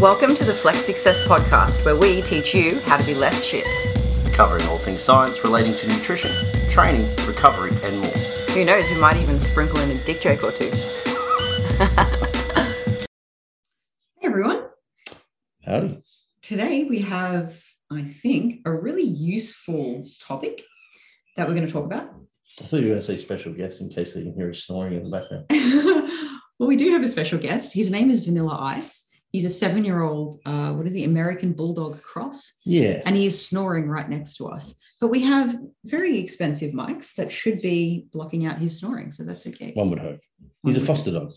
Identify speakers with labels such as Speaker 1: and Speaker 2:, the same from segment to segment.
Speaker 1: Welcome to the Flex Success Podcast, where we teach you how to be less shit.
Speaker 2: covering all things science relating to nutrition, training, recovery, and more.
Speaker 1: Who knows, we might even sprinkle in a dick joke or two.
Speaker 3: Hey everyone.
Speaker 4: Howdy.
Speaker 3: Today we have, I think, a really useful topic that we're going to talk about.
Speaker 4: I thought you were going to say special guest in case they can hear us snoring in the background.
Speaker 3: well, we do have a special guest. His name is Vanilla Ice. He's a seven year old, uh, what is he, American Bulldog Cross,
Speaker 4: Yeah.
Speaker 3: and he is snoring right next to us. But we have very expensive mics that should be blocking out his snoring, so that's okay.
Speaker 4: One would hope. He's a foster dog.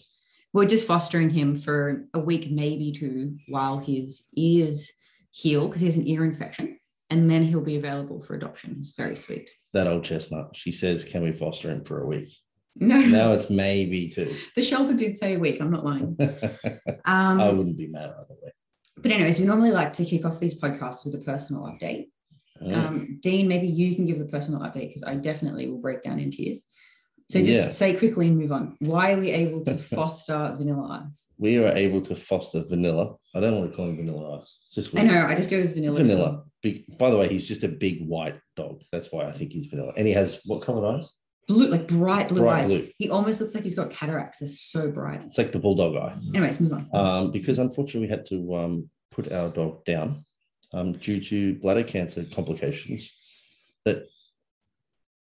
Speaker 3: We're just fostering him for a week, maybe two, while his ears heal because he has an ear infection. And then he'll be available for adoption. It's very sweet.
Speaker 4: That old chestnut. She says, Can we foster him for a week?
Speaker 3: No,
Speaker 4: Now it's maybe two.
Speaker 3: the shelter did say a week. I'm not lying.
Speaker 4: I
Speaker 3: Um,
Speaker 4: wouldn't be mad either way.
Speaker 3: but anyways, we normally like to kick off these podcasts with a personal update.
Speaker 4: Uh,
Speaker 3: Um, Dean, maybe you can give the personal update because I definitely will break down in tears. So just
Speaker 4: Yeah.
Speaker 3: say quickly and move on. Why are we able to foster vanilla ice?
Speaker 4: we are able to foster vanilla. I don't want to call him vanilla ice. It's just
Speaker 3: I know. I just go with vanilla.
Speaker 4: Vanilla.
Speaker 3: as
Speaker 4: vanilla.
Speaker 3: well.
Speaker 4: Big, by the way, he's just a big white dog. That's why I think he's vanilla. And he has what colored eyes?
Speaker 3: Blue, like bright blue
Speaker 4: Bright
Speaker 3: eyes.
Speaker 4: blue.
Speaker 3: He almost looks like he's got cataracts. They're so bright.
Speaker 4: It's like the bulldog eye.
Speaker 3: Anyways, move on.
Speaker 4: um, because unfortunately we had to um, put our dog down um, due to bladder cancer complications that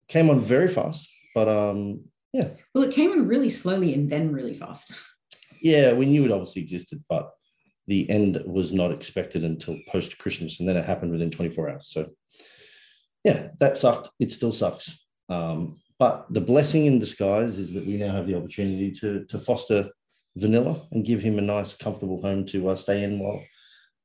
Speaker 4: came on very fast. But um,
Speaker 3: Well, it came on really slowly and then really fast.
Speaker 4: yeah, we knew it obviously existed, but the end was not expected until post Christmas, and then it happened within 24 hours. So yeah, that sucked. It still sucks. Um, but the blessing in disguise is that we now have the opportunity to to foster Vanilla and give him a nice, comfortable home to uh, stay in while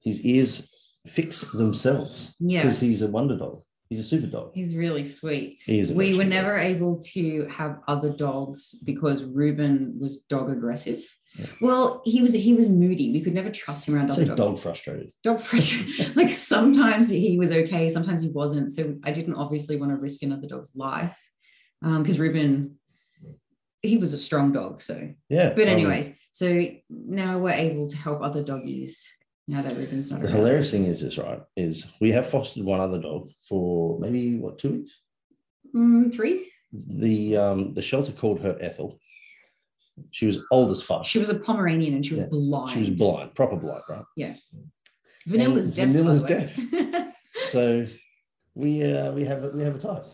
Speaker 4: his ears fix themselves
Speaker 3: Yeah,
Speaker 4: because he's a wonder dog. He's a super dog.
Speaker 3: he's really sweet.
Speaker 4: He is. a
Speaker 3: we were
Speaker 4: vegetable.
Speaker 3: never able to have other dogs because Ruben was dog aggressive.
Speaker 4: Yeah.
Speaker 3: Well, he was he was moody. We could never trust him around
Speaker 4: I'd
Speaker 3: other
Speaker 4: say
Speaker 3: dogs.
Speaker 4: dog frustrated.
Speaker 3: Dog pressure. like sometimes he was okay, sometimes he wasn't. So I didn't obviously want to risk another dog's life because Ruben, he was a strong dog. So,
Speaker 4: Yeah.
Speaker 3: but
Speaker 4: um,
Speaker 3: anyways, so now we're able to help other doggies now that Ruben's not
Speaker 4: The
Speaker 3: around.
Speaker 4: hilarious thing is this, right? Is we have fostered one other dog for maybe what two weeks.
Speaker 3: Mm, three.
Speaker 4: The um, the shelter called her Ethel. She was old as fuck.
Speaker 3: She was a Pomeranian and she was
Speaker 4: Yeah,
Speaker 3: blind.
Speaker 4: She was blind, proper blind, right?
Speaker 3: Vanilla's
Speaker 4: and
Speaker 3: deaf. by
Speaker 4: Vanilla's
Speaker 3: the way.
Speaker 4: So we uh, we have a, we have a type.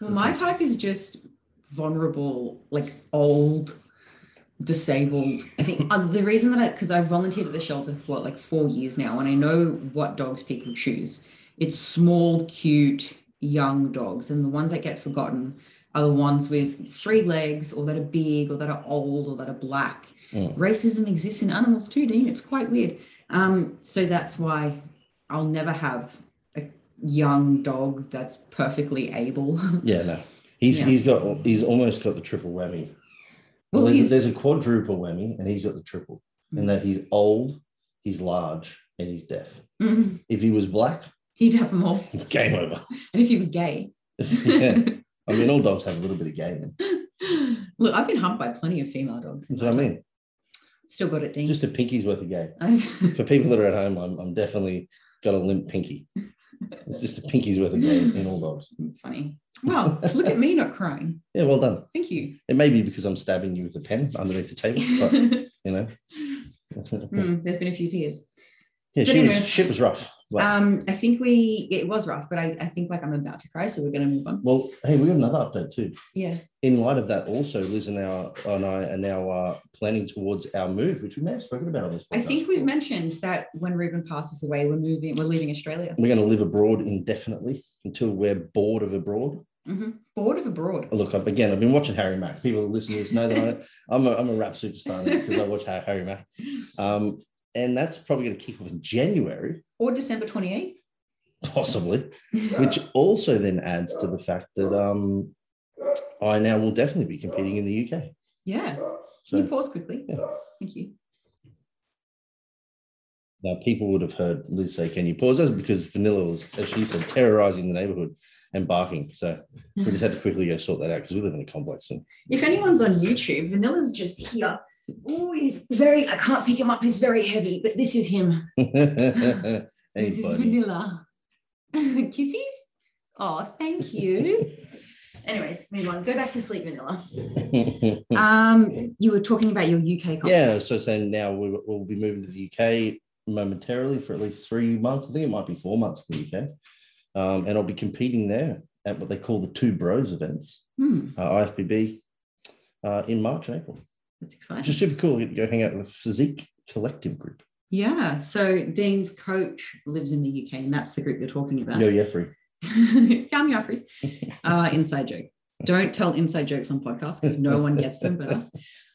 Speaker 3: Well, my type is just vulnerable, like old, disabled. I think uh, the reason that I, because I volunteered at the shelter for what, like four years now, and I know what dogs people choose. It's small, cute, young dogs, and the ones that get forgotten are the ones with three legs, or that are big, or that are old, or that are black.
Speaker 4: Mm.
Speaker 3: Racism exists in animals too, Dean. It's quite weird. Um, so that's why I'll never have a young dog that's perfectly able.
Speaker 4: Yeah, no. He's
Speaker 3: Yeah.
Speaker 4: he's got he's almost got the triple whammy.
Speaker 3: Well,
Speaker 4: there's,
Speaker 3: he's-
Speaker 4: there's a quadruple whammy, and he's got the triple.
Speaker 3: Mm.
Speaker 4: And that he's old, he's large, and he's deaf.
Speaker 3: Mm,
Speaker 4: If he was black,
Speaker 3: he'd have them all.
Speaker 4: game over.
Speaker 3: And if he was gay.
Speaker 4: yeah. I mean, all dogs have a little bit of gay in them.
Speaker 3: Look, I've been humped by plenty of female dogs.
Speaker 4: That's what I mean.
Speaker 3: Still got it, Dean.
Speaker 4: Just a pinky's worth of gay.
Speaker 3: I've-
Speaker 4: For people that are at home, I'm, I'm definitely got a limp pinky. It's just a pinky's worth of gay in all dogs.
Speaker 3: it's funny. Wow, look at me not crying.
Speaker 4: Yeah, well done.
Speaker 3: Thank you.
Speaker 4: It may be because I'm stabbing you with a pen underneath the table, but you know.
Speaker 3: Mm, there's been a few tears.
Speaker 4: yeah,
Speaker 3: But
Speaker 4: she
Speaker 3: anyways.
Speaker 4: was, shit was rough. But,
Speaker 3: Um, I think we, it was rough, but I, I think like I'm about to cry, so we're going to move on.
Speaker 4: well, hey, we got another update too.
Speaker 3: Yeah.
Speaker 4: In light of that, also, Liz and, our, and I are now uh, planning towards our move, which we may have spoken about on this
Speaker 3: I
Speaker 4: podcast.
Speaker 3: think we've mentioned that when Ruben passes away, we're moving, we're leaving Australia.
Speaker 4: We're going to live abroad indefinitely until we're bored of abroad.
Speaker 3: hmm Bored of abroad.
Speaker 4: Look, I've, again, I've been watching Harry Mack. People, listeners know that I, I'm, a, I'm a rap superstar because I watch Har- Harry Mack. Um, and that's probably going to kick off in January,
Speaker 3: Or December 28th.
Speaker 4: possibly, which also then adds to the fact that um, I now will definitely be competing in the UK.
Speaker 3: yeah. Can you
Speaker 4: So
Speaker 3: pause quickly?
Speaker 4: Yeah.
Speaker 3: Thank you.
Speaker 4: now people would have heard Liz say, Can you pause us? Because Vanilla was, as she said, terrorizing the neighborhood and barking. So we just had to quickly go sort that out because we live in a complex. And
Speaker 3: If anyone's on YouTube, Vanilla's just here Oh, he's very, I can't pick him up. He's very heavy, but this is him.
Speaker 4: hey,
Speaker 3: this is
Speaker 4: buddy.
Speaker 3: vanilla. Kisses? Oh, thank you. Anyways, move on. Go back to sleep, Vanilla. Um, you were talking about your UK content.
Speaker 4: Hmm. yeah, so saying now we, we'll be moving to the UK momentarily for at least three months. I think it might be four months in the UK. Um, and I'll be competing there at what they call the Two Bros events,
Speaker 3: Hmm,
Speaker 4: uh, IFBB, uh, in March and April.
Speaker 3: that's
Speaker 4: Which
Speaker 3: exciting.
Speaker 4: is super cool. You get to go hang out with the Physique Collective group.
Speaker 3: yeah. So Dean's coach lives in the UK, and that's the group you're talking about.
Speaker 4: Yo, Jeffrey.
Speaker 3: Come here, Fris. Uh, inside joke. Don't tell inside jokes on podcasts because no one gets them but us.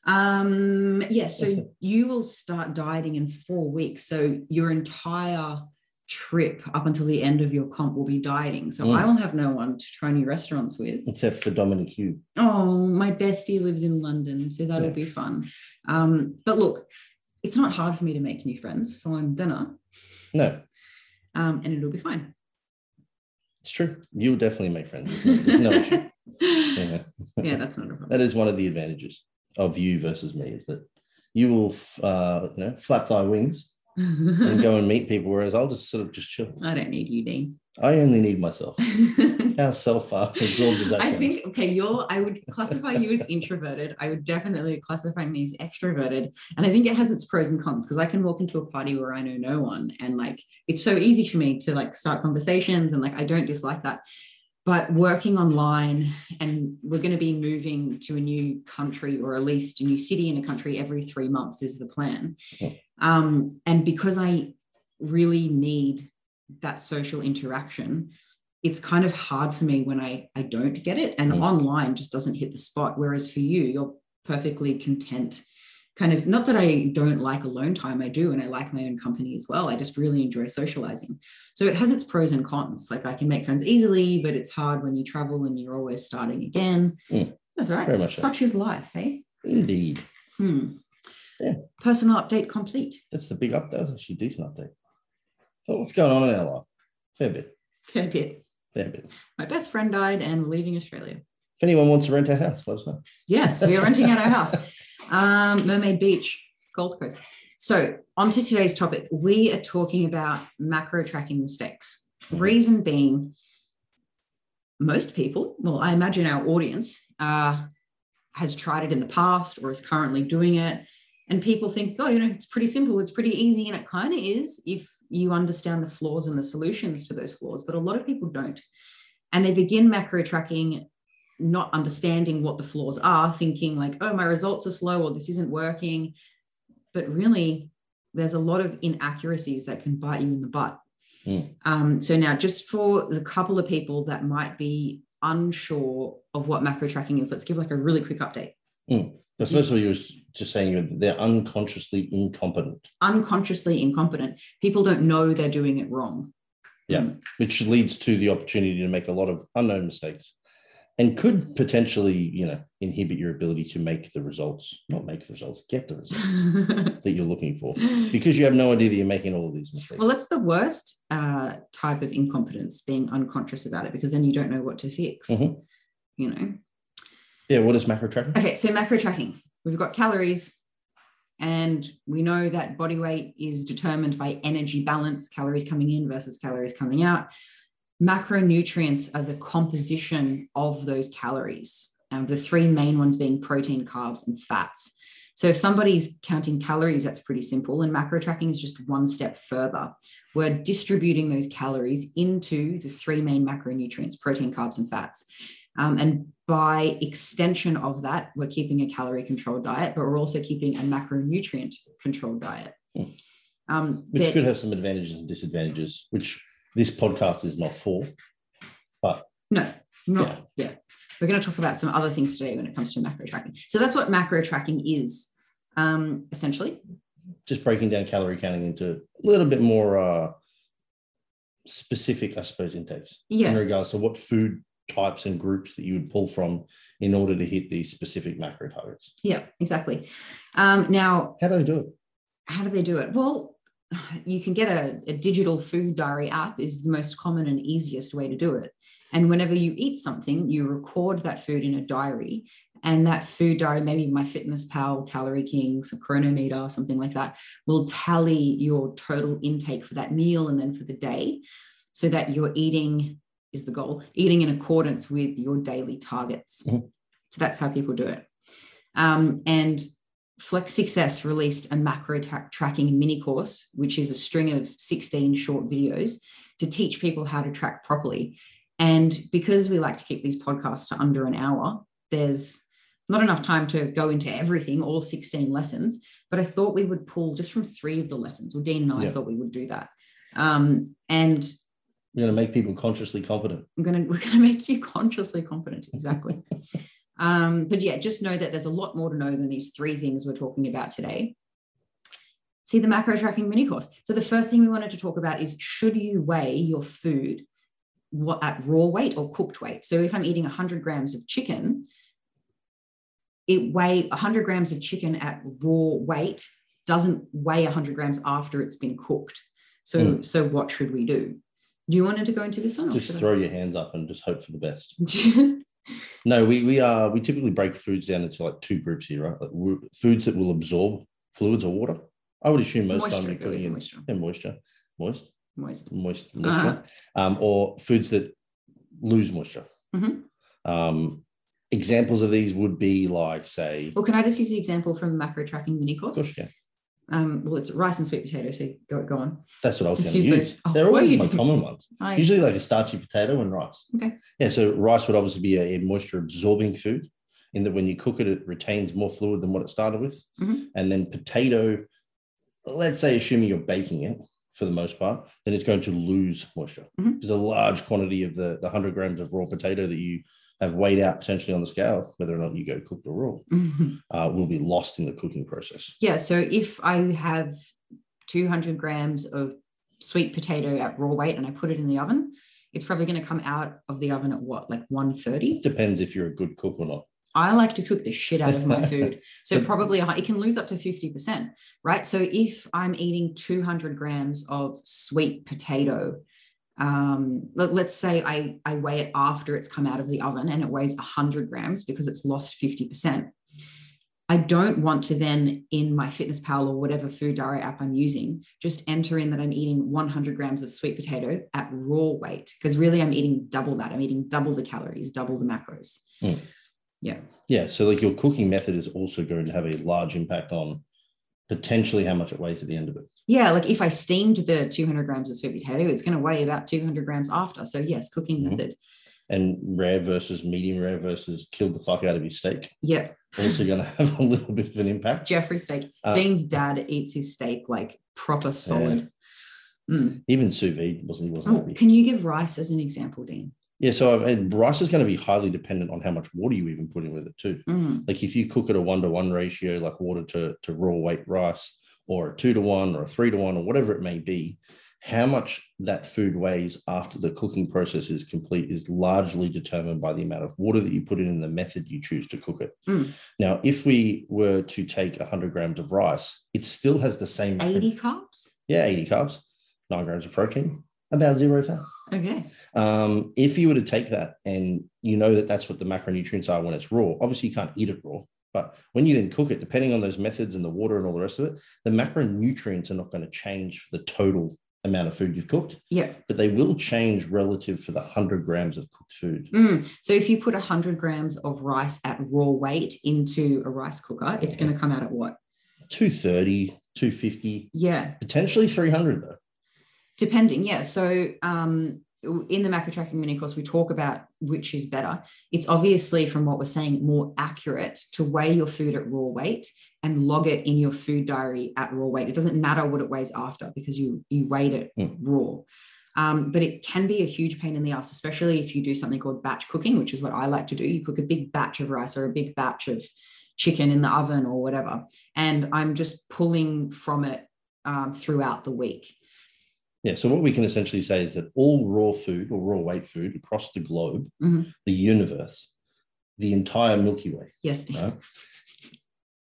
Speaker 3: Um, yeah, so you will start dieting in four weeks. So your entire trip up until the end of your comp will be dieting. So
Speaker 4: Mm.
Speaker 3: I will have no one to try new restaurants with.
Speaker 4: Except for Dominic Hugh.
Speaker 3: Oh, my bestie lives in London, so that'll
Speaker 4: Yeah.
Speaker 3: be fun. Um, but look, it's not hard for me to make new friends, so I'm gonna,
Speaker 4: No,
Speaker 3: um, and it'll be fine.
Speaker 4: it's true. You'll definitely make friends. There's no, there's no issue. Yeah.
Speaker 3: yeah, that's not a problem.
Speaker 4: That is one of the advantages of you versus me is that you will, uh, you know, flap thy wings and go and meet people, whereas I'll just sort of just chill.
Speaker 3: I don't need you, Dean.
Speaker 4: I only need myself.
Speaker 3: I
Speaker 4: How self uh, absorbed is that? sound?
Speaker 3: think okay, you're I would classify you as introverted. I would definitely classify me as extroverted. And I think it has its pros and cons because I can walk into a party where I know no one and like it's so easy for me to like start conversations and like I don't dislike that. But working online and we're going to be moving to a new country or at least a new city in a country every three months is the plan.
Speaker 4: Yeah.
Speaker 3: Um, and because I really need that social interaction, it's kind of hard for me when I I don't get it, and
Speaker 4: Mm.
Speaker 3: online just doesn't hit the spot. Whereas for you, you're perfectly content. Kind of not that I don't like alone time, I do, and I like my own company as well. I just really enjoy socializing. So it has its pros and cons. Like I can make friends easily, but it's hard when you travel and you're always starting again.
Speaker 4: Mm.
Speaker 3: That's right.
Speaker 4: Very much so.
Speaker 3: Such is life, hey?
Speaker 4: Indeed.
Speaker 3: Hmm.
Speaker 4: Yeah.
Speaker 3: Personal update complete.
Speaker 4: That's the big update. That's actually a decent update. So what's going on in our life? Fair bit.
Speaker 3: Fair bit.
Speaker 4: Fair bit. If
Speaker 3: My best friend died, and we're leaving Australia.
Speaker 4: anyone wants to rent a house, let us know.
Speaker 3: Yes, we are renting out our house. Um, Mermaid Beach, Gold Coast. So, on to today's topic. We are talking about macro tracking mistakes. Reason being, most people, well, I imagine our audience, uh, has tried it in the past or is currently doing it. And people think, oh, you know, it's pretty simple, it's pretty easy. And it kind of is if you understand the flaws and the solutions to those flaws. But a lot of people don't. And they begin macro tracking not understanding what the flaws are, thinking like, oh, my results are slow or this isn't working. But really, there's a lot of inaccuracies that can bite you in the butt.
Speaker 4: Mm.
Speaker 3: Um, so, now just for the couple of people that might be unsure of what macro tracking is, let's give like a really quick update.
Speaker 4: But first of all, you were just saying they're unconsciously incompetent,
Speaker 3: Unconsciously incompetent, people don't know they're doing it wrong.
Speaker 4: Yeah. which leads to the opportunity to make a lot of unknown mistakes and could potentially, you know, inhibit your ability to make the results, not make the results, get the results that you're looking for because you have no idea that you're making all of these mistakes.
Speaker 3: Well, that's the worst uh, type of incompetence, being unconscious about it, because then you don't know what to fix.
Speaker 4: Mhm.
Speaker 3: You know.
Speaker 4: yeah, what is macro tracking?
Speaker 3: Okay, so macro tracking. We've got calories, and we know that body weight is determined by energy balance, calories coming in versus calories coming out. Macronutrients are the composition of those calories. Um, the three main ones being protein, carbs, and fats. So if somebody's counting calories, that's pretty simple. And macro tracking is just one step further. We're distributing those calories into the three main macronutrients protein, carbs, and fats. Um, and by extension of that, we're keeping a calorie controlled diet, but we're also keeping a macronutrient controlled diet.
Speaker 4: Hmm.
Speaker 3: Um,
Speaker 4: which
Speaker 3: that-
Speaker 4: could have some advantages and disadvantages, which this podcast is not for.
Speaker 3: No, not yeah. We're going to talk about some other things today when it comes to macro tracking. So that's what macro tracking is, um, essentially.
Speaker 4: Just breaking down calorie counting into a little bit more uh, specific, I suppose, intakes in
Speaker 3: Yeah,
Speaker 4: regards to what food types and groups that you would pull from in order to hit these specific macro targets.
Speaker 3: yeah, exactly. Um, now,
Speaker 4: How do they do it?
Speaker 3: how do they do it? Well, you can get a, a digital food diary app is the most common and easiest way to do it. And whenever you eat something, you record that food in a diary And that food diary, maybe my fitness pal, calorie kings, a chronometer, something like that, will tally your total intake for that meal and then for the day so that you're eating is the goal, eating in accordance with your daily targets.
Speaker 4: Mhm.
Speaker 3: So that's how people do it. Um, and Flex Success released a macro tra- tracking mini course, which is a string of 16 short videos to teach people how to track properly. And because we like to keep these podcasts to under an hour, there's not enough time to go into everything, all 16 lessons. But I thought we would pull just from three of the lessons. Well, Dean and I
Speaker 4: Yeah.
Speaker 3: thought we would do that. Um, and
Speaker 4: We're going to make people consciously competent.
Speaker 3: I'm gonna we're gonna make you consciously competent. Exactly. um, but yeah, just know that there's a lot more to know than these three things we're talking about today. See the macro tracking mini course. So the first thing we wanted to talk about is should you weigh your food what at raw weight or cooked weight? So if I'm eating 100 grams of chicken, it weigh 100 grams of chicken at raw weight doesn't weigh 100 grams after it's been cooked. So so what should we do? Do you wanted to go into this one? or
Speaker 4: Hmm. Just
Speaker 3: should I?
Speaker 4: throw your hands up and just hope for the best.
Speaker 3: Just-
Speaker 4: No, we we are we typically break foods down into like two groups here, right? Like wo- foods that will absorb fluids or water. I would assume most time
Speaker 3: moisture,
Speaker 4: you're
Speaker 3: go with
Speaker 4: cooking in
Speaker 3: moisture,
Speaker 4: yeah, moisture, moist,
Speaker 3: moist.
Speaker 4: moist, moisture,
Speaker 3: Uh-huh.
Speaker 4: um, or foods that lose moisture.
Speaker 3: Mhm.
Speaker 4: Um, examples of these would be like, say,
Speaker 3: Well, can I just use the example from the macro tracking mini
Speaker 4: of
Speaker 3: course?
Speaker 4: course, yeah,
Speaker 3: Um, well, it's rice and sweet potato, so go, go on.
Speaker 4: that's what I was
Speaker 3: Just
Speaker 4: going to
Speaker 3: use
Speaker 4: use.
Speaker 3: those. Oh,
Speaker 4: They're
Speaker 3: what are
Speaker 4: always
Speaker 3: you
Speaker 4: my
Speaker 3: doing?
Speaker 4: common ones.
Speaker 3: I,
Speaker 4: Usually like a starchy potato and rice.
Speaker 3: Okay.
Speaker 4: Yeah, so rice would obviously be a, a moisture absorbing food in that when you cook it, it retains more fluid than what it started with.
Speaker 3: Mhm.
Speaker 4: And then potato, let's say assuming you're baking it for the most part, then it's going to lose moisture.
Speaker 3: Mhm.
Speaker 4: There's a large quantity of the, the 100 grams of raw potato that you have weighed out potentially on the scale, whether or not you go cooked or raw, uh, will be lost in the cooking process.
Speaker 3: yeah, so if I have 200 grams of sweet potato at raw weight and I put it in the oven, it's probably going to come out of the oven at what, like 130?
Speaker 4: It depends if you're a good cook or not.
Speaker 3: I like to cook the shit out of my food. So
Speaker 4: But-
Speaker 3: probably a hun- it can lose up to 50%, right? So if I'm eating 200 grams of sweet potato, um, let, let's say I, I weigh it after it's come out of the oven and it weighs 100 grams because it's lost 50%. I don't want to then, in my Fitness Pal or whatever food diary app I'm using, just enter in that I'm eating 100 grams of sweet potato at raw weight because really I'm eating double that. I'm eating double the calories, double the macros.
Speaker 4: Mm.
Speaker 3: Yeah.
Speaker 4: Yeah, so like your cooking method is also going to have a large impact on potentially how much it weighs at the end of it.
Speaker 3: Yeah, like if I steamed the 200 grams of sweet potato, it's going to weigh about 200 grams after. So yes, cooking
Speaker 4: Mhm.
Speaker 3: method.
Speaker 4: And rare versus medium rare versus killed the fuck out of your steak.
Speaker 3: Yep,
Speaker 4: Also going to have a little bit of an impact.
Speaker 3: Jeffrey steak.
Speaker 4: Uh,
Speaker 3: Dean's dad eats his steak like proper solid. Mm.
Speaker 4: Even sous vide wasn't he wasn't
Speaker 3: Oh,
Speaker 4: happy.
Speaker 3: can you give rice as an example, Dean?
Speaker 4: Yeah, so I've- and rice is going to be highly dependent on how much water you even put in with it too.
Speaker 3: Mm.
Speaker 4: Like if you cook at a one to one ratio, like water to to raw weight rice, or a two to one, or a three to one, or whatever it may be, how much that food weighs after the cooking process is complete is largely determined by the amount of water that you put in and the method you choose to cook it.
Speaker 3: Mm.
Speaker 4: Now, if we were to take 100 grams of rice, it still has the same
Speaker 3: 80 carbs.
Speaker 4: yeah, 80 carbs, nine grams of protein, about zero fat.
Speaker 3: Okay.
Speaker 4: Um, if you were to take that and you know that that's what the macronutrients are when it's raw, obviously you can't eat it raw, but when you then cook it, depending on those methods and the water and all the rest of it, the macronutrients are not going to change for the total amount of food you've cooked,
Speaker 3: Yeah.
Speaker 4: but they will change relative for the 100 grams of cooked food.
Speaker 3: Mm. So if you put 100 grams of rice at raw weight into a rice cooker, it's going to come out at what?
Speaker 4: 230, 250,
Speaker 3: Yeah.
Speaker 4: potentially 300 though.
Speaker 3: depending yeah so um in the macro tracking mini course we talk about which is better it's obviously from what we're saying more accurate to weigh your food at raw weight and log it in your food diary at raw weight it doesn't matter what it weighs after because you you weighed it
Speaker 4: Mm.
Speaker 3: raw um, but it can be a huge pain in the ass especially if you do something called batch cooking which is what i like to do you cook a big batch of rice or a big batch of chicken in the oven or whatever and i'm just pulling from it um, throughout the week
Speaker 4: Yeah. So what we can essentially say is that all raw food or raw weight food across the globe,
Speaker 3: Mhm.
Speaker 4: the universe, the entire Milky Way
Speaker 3: Yes, Dan.
Speaker 4: right,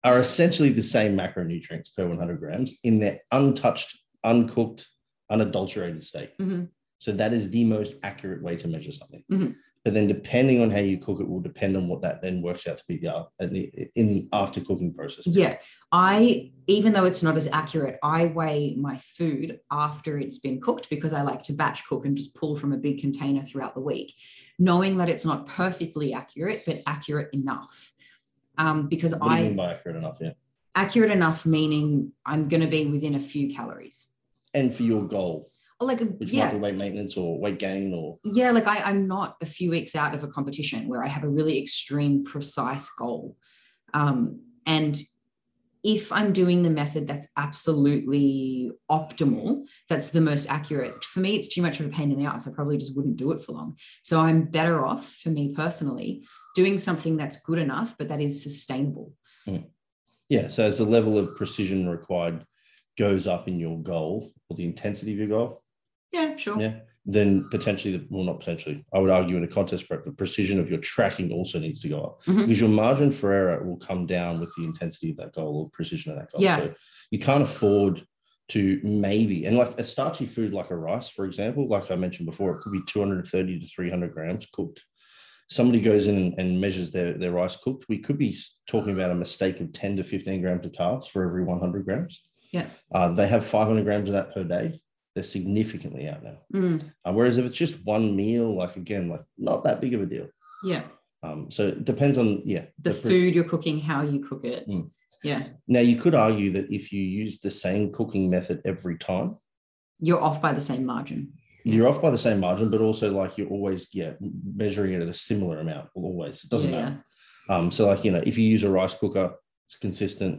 Speaker 4: are essentially the same macronutrients per 100 grams in their untouched, uncooked, unadulterated state.
Speaker 3: Mhm.
Speaker 4: So that is the most accurate way to measure something.
Speaker 3: Mhm.
Speaker 4: But then, depending on how you cook it, will depend on what that then works out to be the, af- at the in the after cooking process.
Speaker 3: Yeah. I, even though it's not as accurate, I weigh my food after it's been cooked because I like to batch cook and just pull from a big container throughout the week, knowing that it's not perfectly accurate, but accurate enough. Um, because
Speaker 4: What do
Speaker 3: I,
Speaker 4: you mean by accurate enough? Yeah.
Speaker 3: accurate enough meaning I'm going to be within a few calories.
Speaker 4: And for your goal,
Speaker 3: Or Like,
Speaker 4: which
Speaker 3: yeah.
Speaker 4: might be weight maintenance or weight gain or
Speaker 3: yeah like I, i'm not a few weeks out of a competition where i have a really extreme precise goal um, and if i'm doing the method that's absolutely optimal that's the most accurate for me it's too much of a pain in the ass i probably just wouldn't do it for long so i'm better off for me personally doing something that's good enough but that is sustainable
Speaker 4: Yeah. So as the level of precision required goes up in your goal or the intensity of your goal,
Speaker 3: yeah sure
Speaker 4: Yeah. then potentially, the, well, not potentially, I would argue in a contest prep, the precision of your tracking also needs to go up
Speaker 3: Mhm.
Speaker 4: because your margin for error will come down with the intensity of that goal or precision of that goal.
Speaker 3: Yeah.
Speaker 4: So you can't afford to maybe, and like a starchy food like a rice, for example, like I mentioned before, it could be 230 to 300 grams cooked. Somebody goes in and- and measures their, their rice cooked. We could be s- talking about a mistake of 10 to 15 grams of carbs for every 100 grams.
Speaker 3: Yeah.
Speaker 4: Uh, they have 500 grams of that per day. They're significantly out now.
Speaker 3: Mm,
Speaker 4: Uh, whereas if it's just one meal, like again, like not that big of a deal.
Speaker 3: yeah
Speaker 4: Um, so it depends on yeah
Speaker 3: the
Speaker 4: pre-
Speaker 3: food you're cooking how you cook it
Speaker 4: Mm.
Speaker 3: yeah
Speaker 4: Now you could argue that if you use the same cooking method every time,
Speaker 3: you're off by the same margin
Speaker 4: you're off by the same margin, but also like you're always yeah measuring it at a similar amount. Always it doesn't
Speaker 3: yeah,
Speaker 4: matter. Um, so like you know if you use a rice cooker, it's consistent.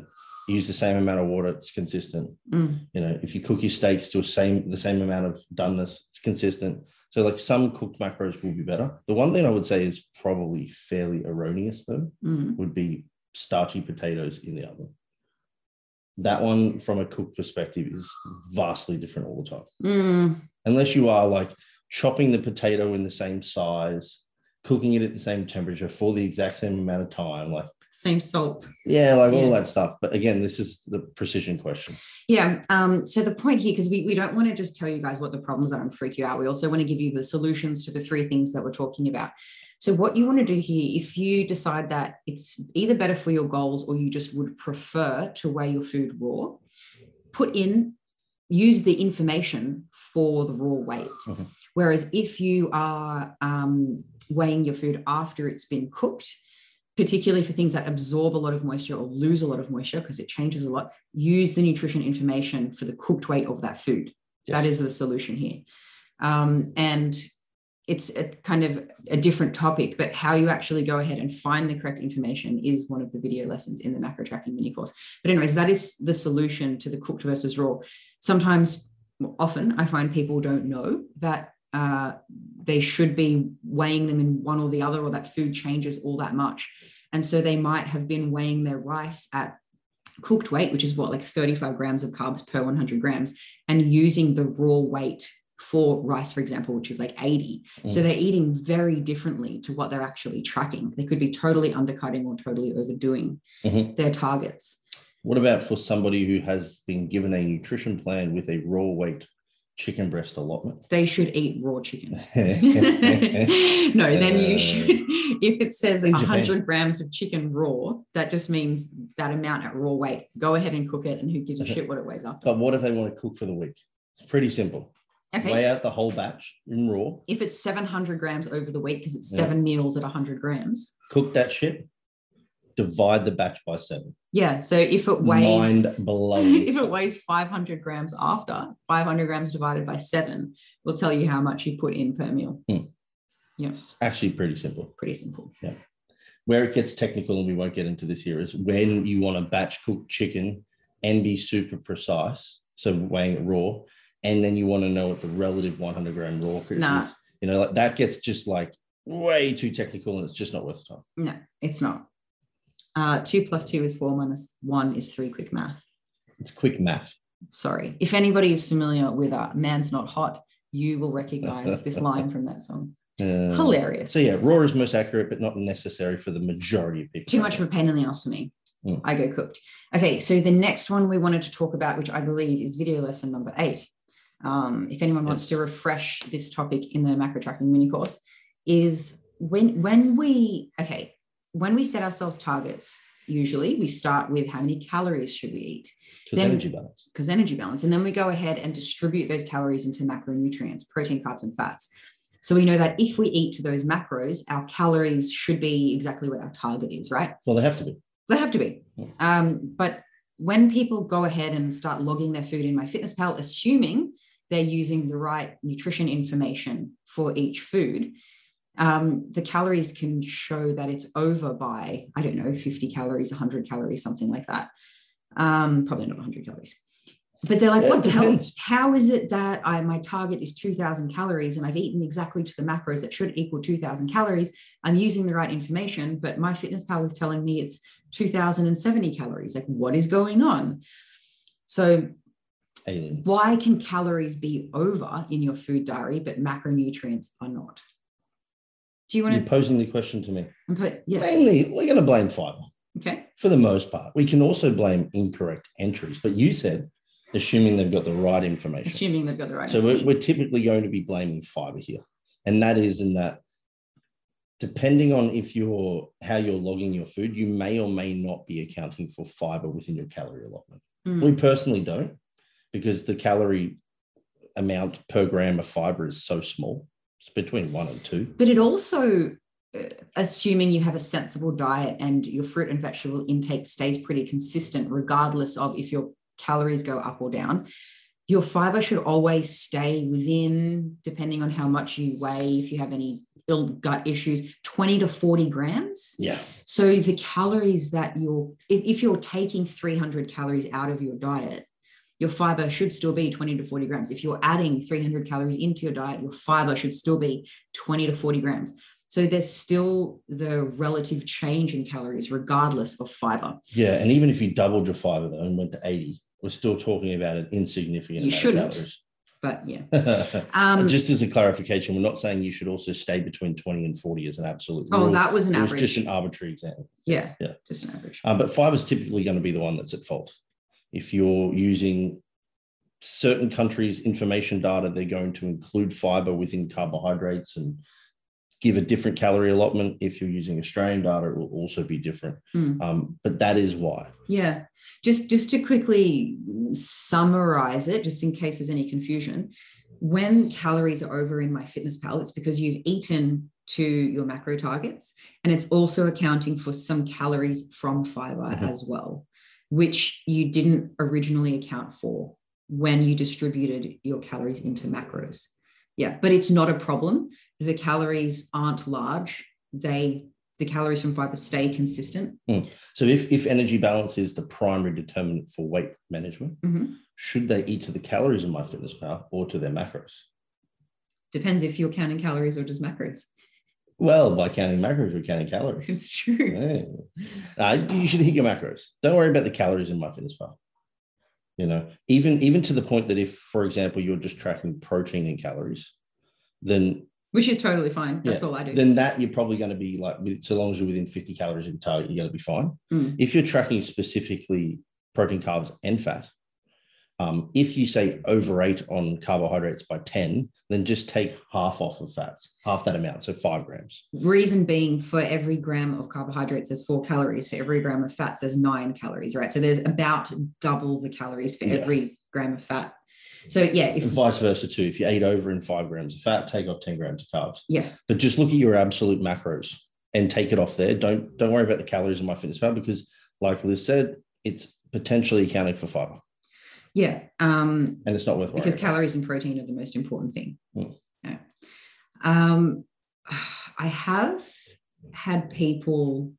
Speaker 4: You use the same amount of water, it's consistent.
Speaker 3: yeah. Mm.
Speaker 4: You know if you cook your steaks to a same the same amount of doneness, it's consistent. So like some cooked macros will be better. The one thing I would say is probably fairly erroneous though.
Speaker 3: Mm.
Speaker 4: would be starchy potatoes in the oven. That one, from a cook perspective, is vastly different all the time.
Speaker 3: Mm,
Speaker 4: Unless you are like chopping the potato in the same size, cooking it at the same temperature for the exact same amount of time. Like,
Speaker 3: same salt.
Speaker 4: yeah, like all
Speaker 3: Yeah.
Speaker 4: that stuff. But again, this is the precision question.
Speaker 3: Yeah. Um, so the point here, because we, we don't want to just tell you guys what the problems are and freak you out. We also want to give you the solutions to the three things that we're talking about. So what you want to do here, if you decide that it's either better for your goals or you just would prefer to weigh your food raw, put in, use the information for the raw weight.
Speaker 4: Mhm.
Speaker 3: Whereas if you are um, weighing your food after it's been cooked, particularly for things that absorb a lot of moisture or lose a lot of moisture because it changes a lot, use the nutrition information for the cooked weight of that food. That is the solution here. Um, and it's a kind of a different topic, but how you actually go ahead and find the correct information is one of the video lessons in the macro tracking mini course. But, anyways, that is the solution to the cooked versus raw. Sometimes, well, often, I find people don't know that uh, they should be weighing them in one or the other, or that food changes all that much. And so they might have been weighing their rice at cooked weight, which is what, like 35 grams of carbs per 100 grams, and using the raw weight for rice, for example, which is like 80. So
Speaker 4: Mm.
Speaker 3: they're eating very differently to what they're actually tracking. They could be totally undercutting or totally overdoing
Speaker 4: Mhm.
Speaker 3: their targets.
Speaker 4: What about for somebody who has been given a nutrition plan with a raw weight chicken breast allotment?
Speaker 3: They should eat raw chicken.
Speaker 4: yeah,
Speaker 3: no, then
Speaker 4: Uh,
Speaker 3: you should. If it says
Speaker 4: in Japan.
Speaker 3: 100 grams of chicken raw, that just means that amount at raw weight. Go ahead and cook it, and who gives a
Speaker 4: Okay.
Speaker 3: shit what it weighs after?
Speaker 4: But what if they want to cook for the week? It's pretty simple. Weigh
Speaker 3: Okay.
Speaker 4: out the whole batch in raw,
Speaker 3: If it's 700 grams over the week, because it's
Speaker 4: Yeah.
Speaker 3: seven meals at 100 grams.
Speaker 4: cook that shit, divide the batch by seven.
Speaker 3: Yeah. So if it weighs.
Speaker 4: Mind blowing.
Speaker 3: if it weighs 500 grams after 500 grams divided by seven will tell you how much you put in per meal
Speaker 4: Hmm.
Speaker 3: yeah
Speaker 4: it's actually pretty simple.
Speaker 3: pretty simple
Speaker 4: Where it gets technical, and we won't get into this here, is when you want to batch cook chicken and be super precise, so weighing it raw, and then you want to know what the relative 100 gram raw is.
Speaker 3: Nah.
Speaker 4: You know, like that gets just like way too technical, and it's just not worth the time.
Speaker 3: no it's not uh, two plus two is four minus one is three quick math
Speaker 4: It's quick math.
Speaker 3: sorry if anybody is familiar with uh, man's not hot you will recognize this line from that song
Speaker 4: Uh,
Speaker 3: hilarious
Speaker 4: So yeah, raw is most accurate, but not necessary for the majority of people.
Speaker 3: too much of a pain in the ass for me.
Speaker 4: Mm.
Speaker 3: I go cooked. Okay, so the next one we wanted to talk about, which I believe is video lesson number eight, um, if anyone wants to refresh this topic in the macro tracking mini course, is when when we okay when we set ourselves targets. Usually, we start with how many calories should we eat
Speaker 4: Because
Speaker 3: Then-
Speaker 4: energy balance.
Speaker 3: because energy balance, and then we go ahead and distribute those calories into macronutrients, protein, carbs, and fats. So we know that if we eat to those macros, our calories should be exactly what our target is, right?
Speaker 4: Well, they have to be.
Speaker 3: They have to be.
Speaker 4: Yeah.
Speaker 3: Um, but when people go ahead and start logging their food in MyFitnessPal, assuming they're using the right nutrition information for each food, um, the calories can show that it's over by, I don't know, 50 calories, 100 calories, something like that. Um, probably not 100 calories. But they're like,
Speaker 4: Yeah, it
Speaker 3: what the hell?
Speaker 4: depends.
Speaker 3: How is it that I my target is 2,000 calories and I've eaten exactly to the macros that should equal 2,000 calories? I'm using the right information, but my fitness pal is telling me it's 2070 calories. Like, what is going on? So,
Speaker 4: Aliens.
Speaker 3: why can calories be over in your food diary, but macronutrients are not? Do you
Speaker 4: You're
Speaker 3: want to
Speaker 4: posing the question to me.
Speaker 3: put yes?
Speaker 4: Mainly, we're going to blame fiber
Speaker 3: Okay.
Speaker 4: for the most part. We can also blame incorrect entries, but you said assuming they've got the right information.
Speaker 3: Assuming they've got the right.
Speaker 4: So we're,
Speaker 3: information.
Speaker 4: we're typically going to be blaming fiber here. And that is in that, depending on if you're how you're logging your food, you may or may not be accounting for fiber within your calorie allotment.
Speaker 3: Mm.
Speaker 4: We personally don't because the calorie amount per gram of fiber is so small. It's between one and two.
Speaker 3: But it also, uh, assuming you have a sensible diet and your fruit and vegetable intake stays pretty consistent, regardless of if your calories go up or down, your fiber should always stay within, depending on how much you weigh, if you have any ill gut issues, 20 to 40 grams.
Speaker 4: Yeah.
Speaker 3: So the calories that you're, if, if you're taking 300 calories out of your diet, your fiber should still be 20 to 40 grams. If you're adding 300 calories into your diet, your fiber should still be 20 to 40 grams. So there's still the relative change in calories, regardless of fiber.
Speaker 4: Yeah. And even if you doubled your fiber though and went to 80, we're still talking about an insignificant
Speaker 3: You
Speaker 4: amount of
Speaker 3: But yeah.
Speaker 4: calories.
Speaker 3: Um,
Speaker 4: And just as a clarification, we're not saying you should also stay between 20 and 40 as an absolute
Speaker 3: oh,
Speaker 4: rule.
Speaker 3: that was an
Speaker 4: it was
Speaker 3: average.
Speaker 4: just an arbitrary example.
Speaker 3: yeah,
Speaker 4: yeah.
Speaker 3: Just an average.
Speaker 4: Um, but fiber's typically going to be the one that's at fault. If you're using certain countries' information data, they're going to include fiber within carbohydrates and give a different calorie allotment. If you're using Australian data, it will also be different.
Speaker 3: Mm.
Speaker 4: Um, but that is why.
Speaker 3: Yeah. Just just to quickly summarize it, just in case there's any confusion, when calories are over in my fitness pal, it's because you've eaten to your macro targets and it's also accounting for some calories from fiber
Speaker 4: Mhm.
Speaker 3: as well, which you didn't originally account for when you distributed your calories into macros. Yeah, but it's not a problem. The calories aren't large. They the calories from fiber stay consistent.
Speaker 4: So if, if energy balance is the primary determinant for weight management,
Speaker 3: Mhm.
Speaker 4: should they eat to the calories of my fitness pal or to their macros?
Speaker 3: Depends if you're counting calories or just macros.
Speaker 4: Well, by counting macros, we're counting calories.
Speaker 3: It's true.
Speaker 4: Yeah. Uh, you should hit your macros. Don't worry about the calories in my fitness pal. You know, even even to the point that if, for example, you're just tracking protein and calories, then
Speaker 3: Which is totally fine. That's all I do.
Speaker 4: then that you're probably going to be like, with, so long as you're within 50 calories of your target, you're going to be fine.
Speaker 3: Mm.
Speaker 4: If you're tracking specifically protein, carbs, and fat, um, if you say overate on carbohydrates by 10, then just take half off of fats, half that amount, so five grams.
Speaker 3: Reason being for every gram of carbohydrates, there's four calories. For every gram of fats, there's nine calories, right? So there's about double the calories for
Speaker 4: Yeah.
Speaker 3: every gram of fat. So yeah,
Speaker 4: and
Speaker 3: if
Speaker 4: vice versa too. If you ate over in five grams of fat, take off ten grams of carbs.
Speaker 3: yeah,
Speaker 4: But just look at your absolute macros and take it off there. Don't don't worry about the calories in my fitness pal because, like Liz said, it's potentially accounting for fiber,
Speaker 3: yeah. Um,
Speaker 4: and it's not worth worrying.
Speaker 3: because
Speaker 4: about.
Speaker 3: calories and protein are the most important thing.
Speaker 4: Mm.
Speaker 3: Yeah. Um, I have had people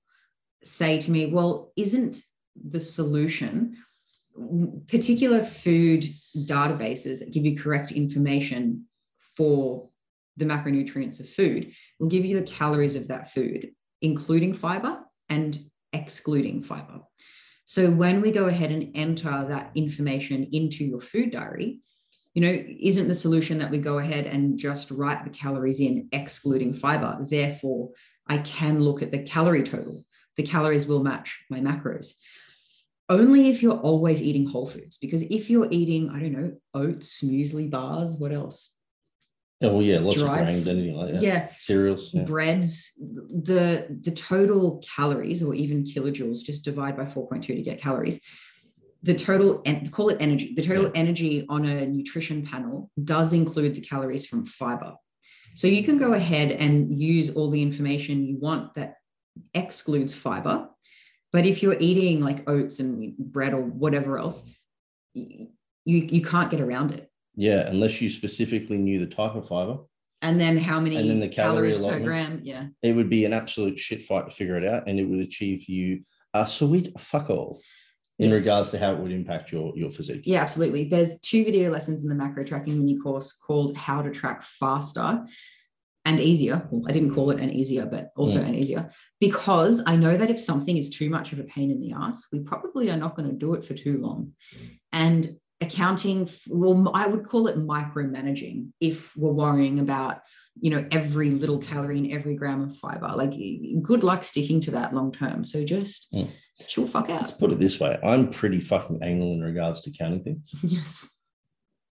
Speaker 3: say to me, well, isn't the solution particular food databases that give you correct information for the macronutrients of food will give you the calories of that food, including fiber and excluding fiber. So when we go ahead and enter that information into your food diary, you know, isn't the solution that we go ahead and just write the calories in excluding fiber? Therefore, I can look at the calorie total. The calories will match my macros. only if you're always eating whole foods because if you're eating i don't know oats muesli bars what else
Speaker 4: Yeah, well, yeah, lots
Speaker 3: Dry-
Speaker 4: of grains, anything like that.
Speaker 3: yeah,
Speaker 4: Cereals. yeah.
Speaker 3: breads the the total calories or even kilojoules just divide by 4.2 to get calories the total and call it energy the total
Speaker 4: Yeah.
Speaker 3: energy on a nutrition panel does include the calories from fiber so you can go ahead and use all the information you want that excludes fiber but if you're eating like oats and bread or whatever else y- you you can't get around it
Speaker 4: Yeah, unless you specifically knew the type of fiber,
Speaker 3: and then how many
Speaker 4: And then the calorie
Speaker 3: calories per
Speaker 4: allotment.
Speaker 3: gram yeah
Speaker 4: it would be an absolute shit fight to figure it out, and it would achieve you a sweet fuck all in
Speaker 3: Yes.
Speaker 4: regards to how it would impact your your physique.
Speaker 3: Yeah, absolutely. There's two video lessons in the macro tracking mini course called How to Track Faster and Easier. Well, I didn't call it an easier, but also an easier, because I know that if something is too much of a pain in the ass, we probably are not going to do it for too long. And accounting, well, I would call it micromanaging if we're worrying about, you know, every little calorie and every gram of fiber. Like, good luck sticking to that long term. So just
Speaker 4: Mm.
Speaker 3: chill fuck out.
Speaker 4: Let's put it this way: I'm pretty fucking anal in regards to counting things.
Speaker 3: Yes.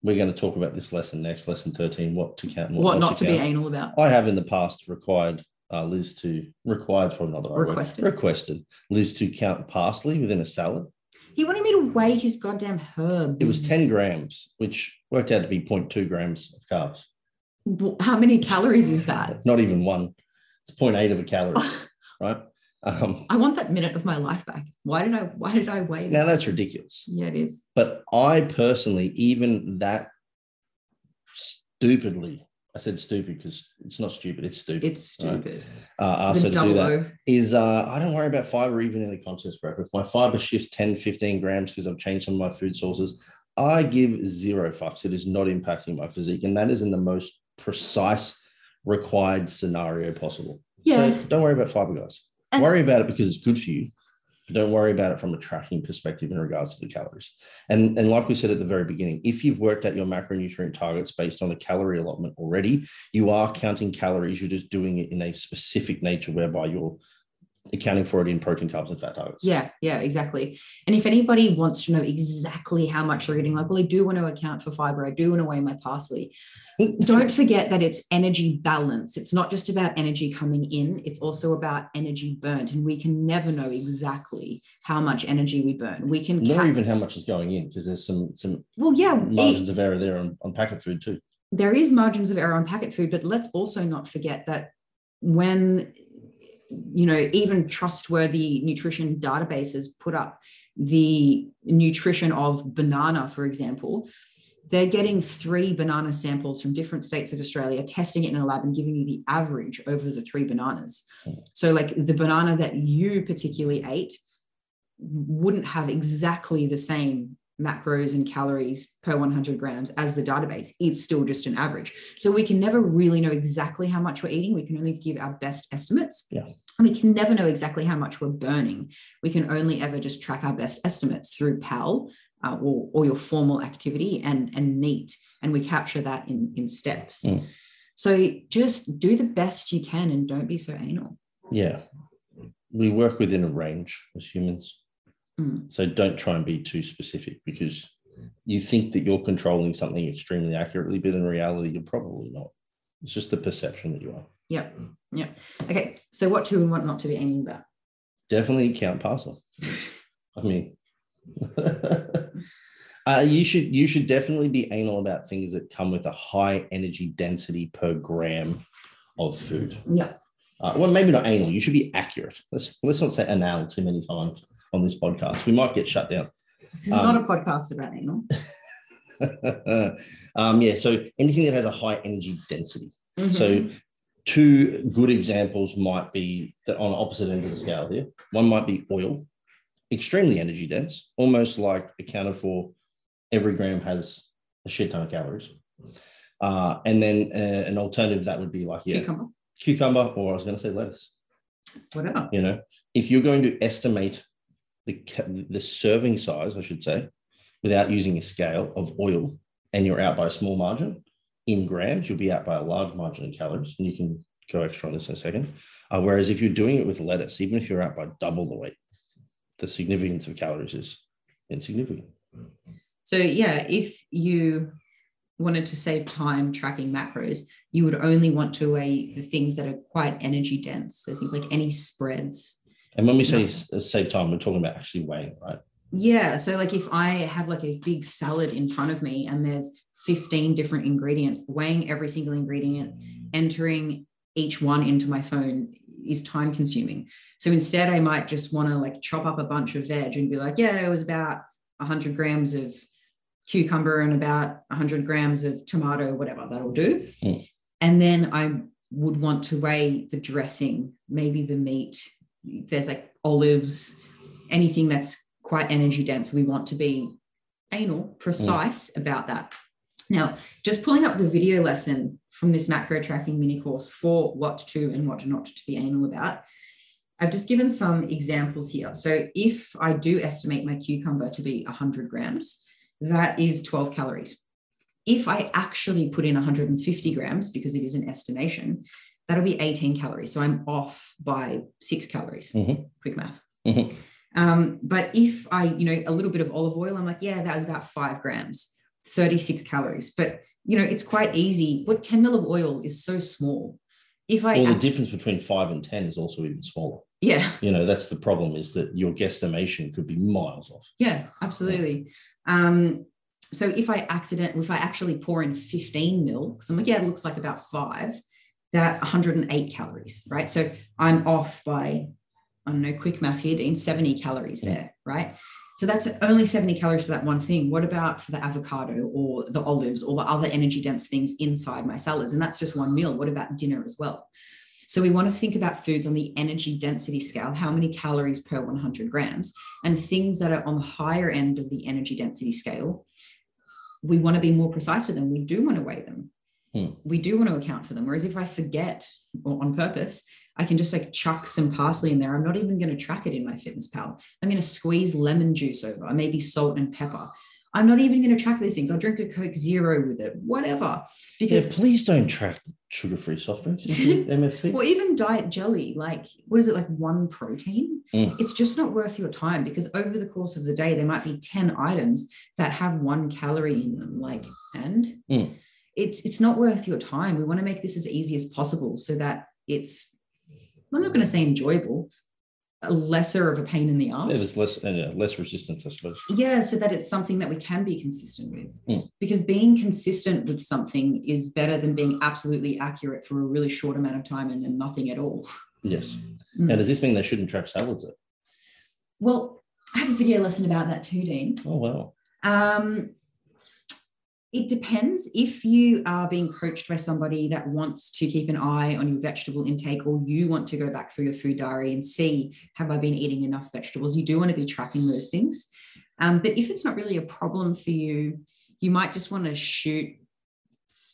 Speaker 4: We're going to talk about this lesson next, lesson thirteen: what to count, and
Speaker 3: What, not to be
Speaker 4: count.
Speaker 3: anal about.
Speaker 4: I have in the past required uh, Liz to required for another
Speaker 3: Requested.
Speaker 4: requested Liz to count parsley within a salad.
Speaker 3: He wanted me to weigh his goddamn herbs.
Speaker 4: It was ten grams, which worked out to be 0.2 grams of carbs.
Speaker 3: W- How many calories is that?
Speaker 4: Not even one. It's 0.8 of a calorie, right? Um,
Speaker 3: I want that minute of my life back. Why did I? Why did I weigh?
Speaker 4: now
Speaker 3: that?
Speaker 4: that's ridiculous.
Speaker 3: yeah, it is.
Speaker 4: But I personally, even that stupidly, I said stupid because it's not stupid, it's stupid.
Speaker 3: It's
Speaker 4: right?
Speaker 3: stupid.
Speaker 4: Uh, asked
Speaker 3: the
Speaker 4: her to
Speaker 3: double
Speaker 4: do that.
Speaker 3: O.
Speaker 4: is uh, I don't worry about fiber even in a conscious breakfast. My fiber shifts 10, 15 grams because I've changed some of my food sources. I give zero fucks. It is not impacting my physique. And that is in the most precise required scenario possible.
Speaker 3: Yeah,
Speaker 4: So don't worry about fiber, guys.
Speaker 3: And-
Speaker 4: worry about it because it's good for you. But don't worry about it from a tracking perspective in regards to the calories. And, and like we said at the very beginning, if you've worked out your macronutrient targets based on a calorie allotment already, you are counting calories. You're just doing it in a specific nature whereby you're accounting for it in protein, carbs, and fat targets.
Speaker 3: yeah, yeah, exactly. And if anybody wants to know exactly how much they're eating, like, well, I do want to account for fiber. I do want to weigh my parsley. Don't forget that it's energy balance. It's not just about energy coming in. It's also about energy burnt, and we can never know exactly how much energy we burn. We can
Speaker 4: Not
Speaker 3: ca-
Speaker 4: even how much is going in because there's some some
Speaker 3: well, yeah, eat-
Speaker 4: margins of error there on, on packet food too.
Speaker 3: there is margins of error on packet food, but let's also not forget that when you know even trustworthy nutrition databases put up the nutrition of banana, for example, they're getting three banana samples from different states of Australia, testing it in a lab and giving you the average over the three bananas. So, like the banana that you particularly ate wouldn't have exactly the same macros and calories per 100 grams as the database. It's still just an average. So, we can never really know exactly how much we're eating. We can only give our best estimates.
Speaker 4: Yeah.
Speaker 3: And we can never know exactly how much we're burning. We can only ever just track our best estimates through PAL uh, or, or your formal activity and and neat and we capture that in in steps
Speaker 4: Mm.
Speaker 3: so just do the best you can and don't be so anal
Speaker 4: Yeah. We work within a range as humans.
Speaker 3: Mm.
Speaker 4: So don't try and be too specific because you think that you're controlling something extremely accurately, but in reality, you're probably not. It's just the perception that you are.
Speaker 3: yep yep okay so what to and what not to be anal about
Speaker 4: Definitely count parcel. I mean, uh, you should you should definitely be anal about things that come with a high energy density per gram of food.
Speaker 3: yeah
Speaker 4: Uh, well, maybe not anal. You should be accurate. Let's let's not say anal too many times on this podcast. We might get shut down.
Speaker 3: this is
Speaker 4: Um,
Speaker 3: not a podcast about anal
Speaker 4: um, yeah. So anything that has a high energy density.
Speaker 3: Mhm.
Speaker 4: So two good examples might be that on opposite ends of the scale here. One might be oil, extremely energy dense, almost like accounted for. Every gram has a shit ton of calories. Uh, and then uh, an alternative that would be like yeah,
Speaker 3: cucumber
Speaker 4: cucumber, or I was going to say lettuce.
Speaker 3: whatever
Speaker 4: You know, if you're going to estimate the ca- the serving size, I should say, without using a scale of oil, and you're out by a small margin in grams, you'll be out by a large margin in calories, and you can go extra on this in a second. Uh, whereas if you're doing it with lettuce, even if you're out by double the weight, the significance of calories is insignificant.
Speaker 3: So yeah, if you wanted to save time tracking macros, you would only want to weigh the things that are quite energy dense. So think like any spreads.
Speaker 4: And when we say s- save time, we're talking about actually weighing, right?
Speaker 3: Yeah. So like if I have like a big salad in front of me and there's 15 different ingredients, weighing every single ingredient, entering each one into my phone is time consuming. So instead I might just want to like chop up a bunch of veg and be like, yeah, it was about 100 grams of cucumber and about 100 grams of tomato, whatever that'll do.
Speaker 4: Mm.
Speaker 3: And then I would want to weigh the dressing, maybe the meat. There's like olives, anything that's quite energy dense. We want to be anal, precise about that. Now, just pulling up the video lesson from this macro tracking mini course for what to and what not to be anal about. I've just given some examples here. So, if I do estimate my cucumber to be 100 grams, that is 12 calories. If I actually put in 150 grams, because it is an estimation, that'll be 18 calories. So I'm off by six calories.
Speaker 4: Mhm.
Speaker 3: Quick math.
Speaker 4: Mhm.
Speaker 3: Um, but if I, you know, a little bit of olive oil, I'm like, yeah, that was about five grams, 36 calories. But, you know, it's quite easy. What 10 mil of oil is so small. If I,
Speaker 4: Well, the
Speaker 3: ac-
Speaker 4: difference between five and 10 is also even smaller.
Speaker 3: yeah.
Speaker 4: You know, that's the problem is that your guesstimation could be miles off.
Speaker 3: Yeah, absolutely. Um, so if I accident, if I actually pour in 15 mil, because I'm like, yeah, it looks like about five, that's 108 calories, right? So I'm off by, I don't know, quick math here, Dean, 70 calories
Speaker 4: Yeah.
Speaker 3: there, right? So that's only 70 calories for that one thing. What about for the avocado or the olives or the other energy dense things inside my salads? And that's just one meal. What about dinner as well? So we want to think about foods on the energy density scale, how many calories per 100 grams and things that are on the higher end of the energy density scale, we want to be more precise with them. We do want to weigh them.
Speaker 4: Hmm.
Speaker 3: We do want to account for them. Whereas if I forget or on purpose, I can just like chuck some parsley in there. I'm not even going to track it in my fitness pal. I'm going to squeeze lemon juice over, maybe salt and pepper. I'm not even going to track these things. I'll drink a Coke Zero with it, whatever.
Speaker 4: Yeah,
Speaker 3: Because
Speaker 4: please don't track sugar free soft drinks, MFP.
Speaker 3: Or even diet jelly, like what is it, like one protein?
Speaker 4: Mm.
Speaker 3: It's just not worth your time because over the course of the day, there might be 10 items that have one calorie in them. Like, and
Speaker 4: Mm.
Speaker 3: it's it's not worth your time. We want to make this as easy as possible so that it's I'm not going to say enjoyable, a lesser of a pain in the
Speaker 4: Yeah,
Speaker 3: ass
Speaker 4: there's less, uh, yeah, less resistance, I suppose.
Speaker 3: yeah so that it's something that we can be consistent with
Speaker 4: Mm.
Speaker 3: because being consistent with something is better than being absolutely accurate for a really short amount of time and then nothing at all
Speaker 4: Yes.
Speaker 3: Mm.
Speaker 4: Now, does this mean they shouldn't track salads? Then?
Speaker 3: well i have a video lesson about that too dean
Speaker 4: Oh, wow.
Speaker 3: um, it depends if you are being coached by somebody that wants to keep an eye on your vegetable intake or you want to go back through your food diary and see have i been eating enough vegetables you do want to be tracking those things um, but if it's not really a problem for you you might just want to shoot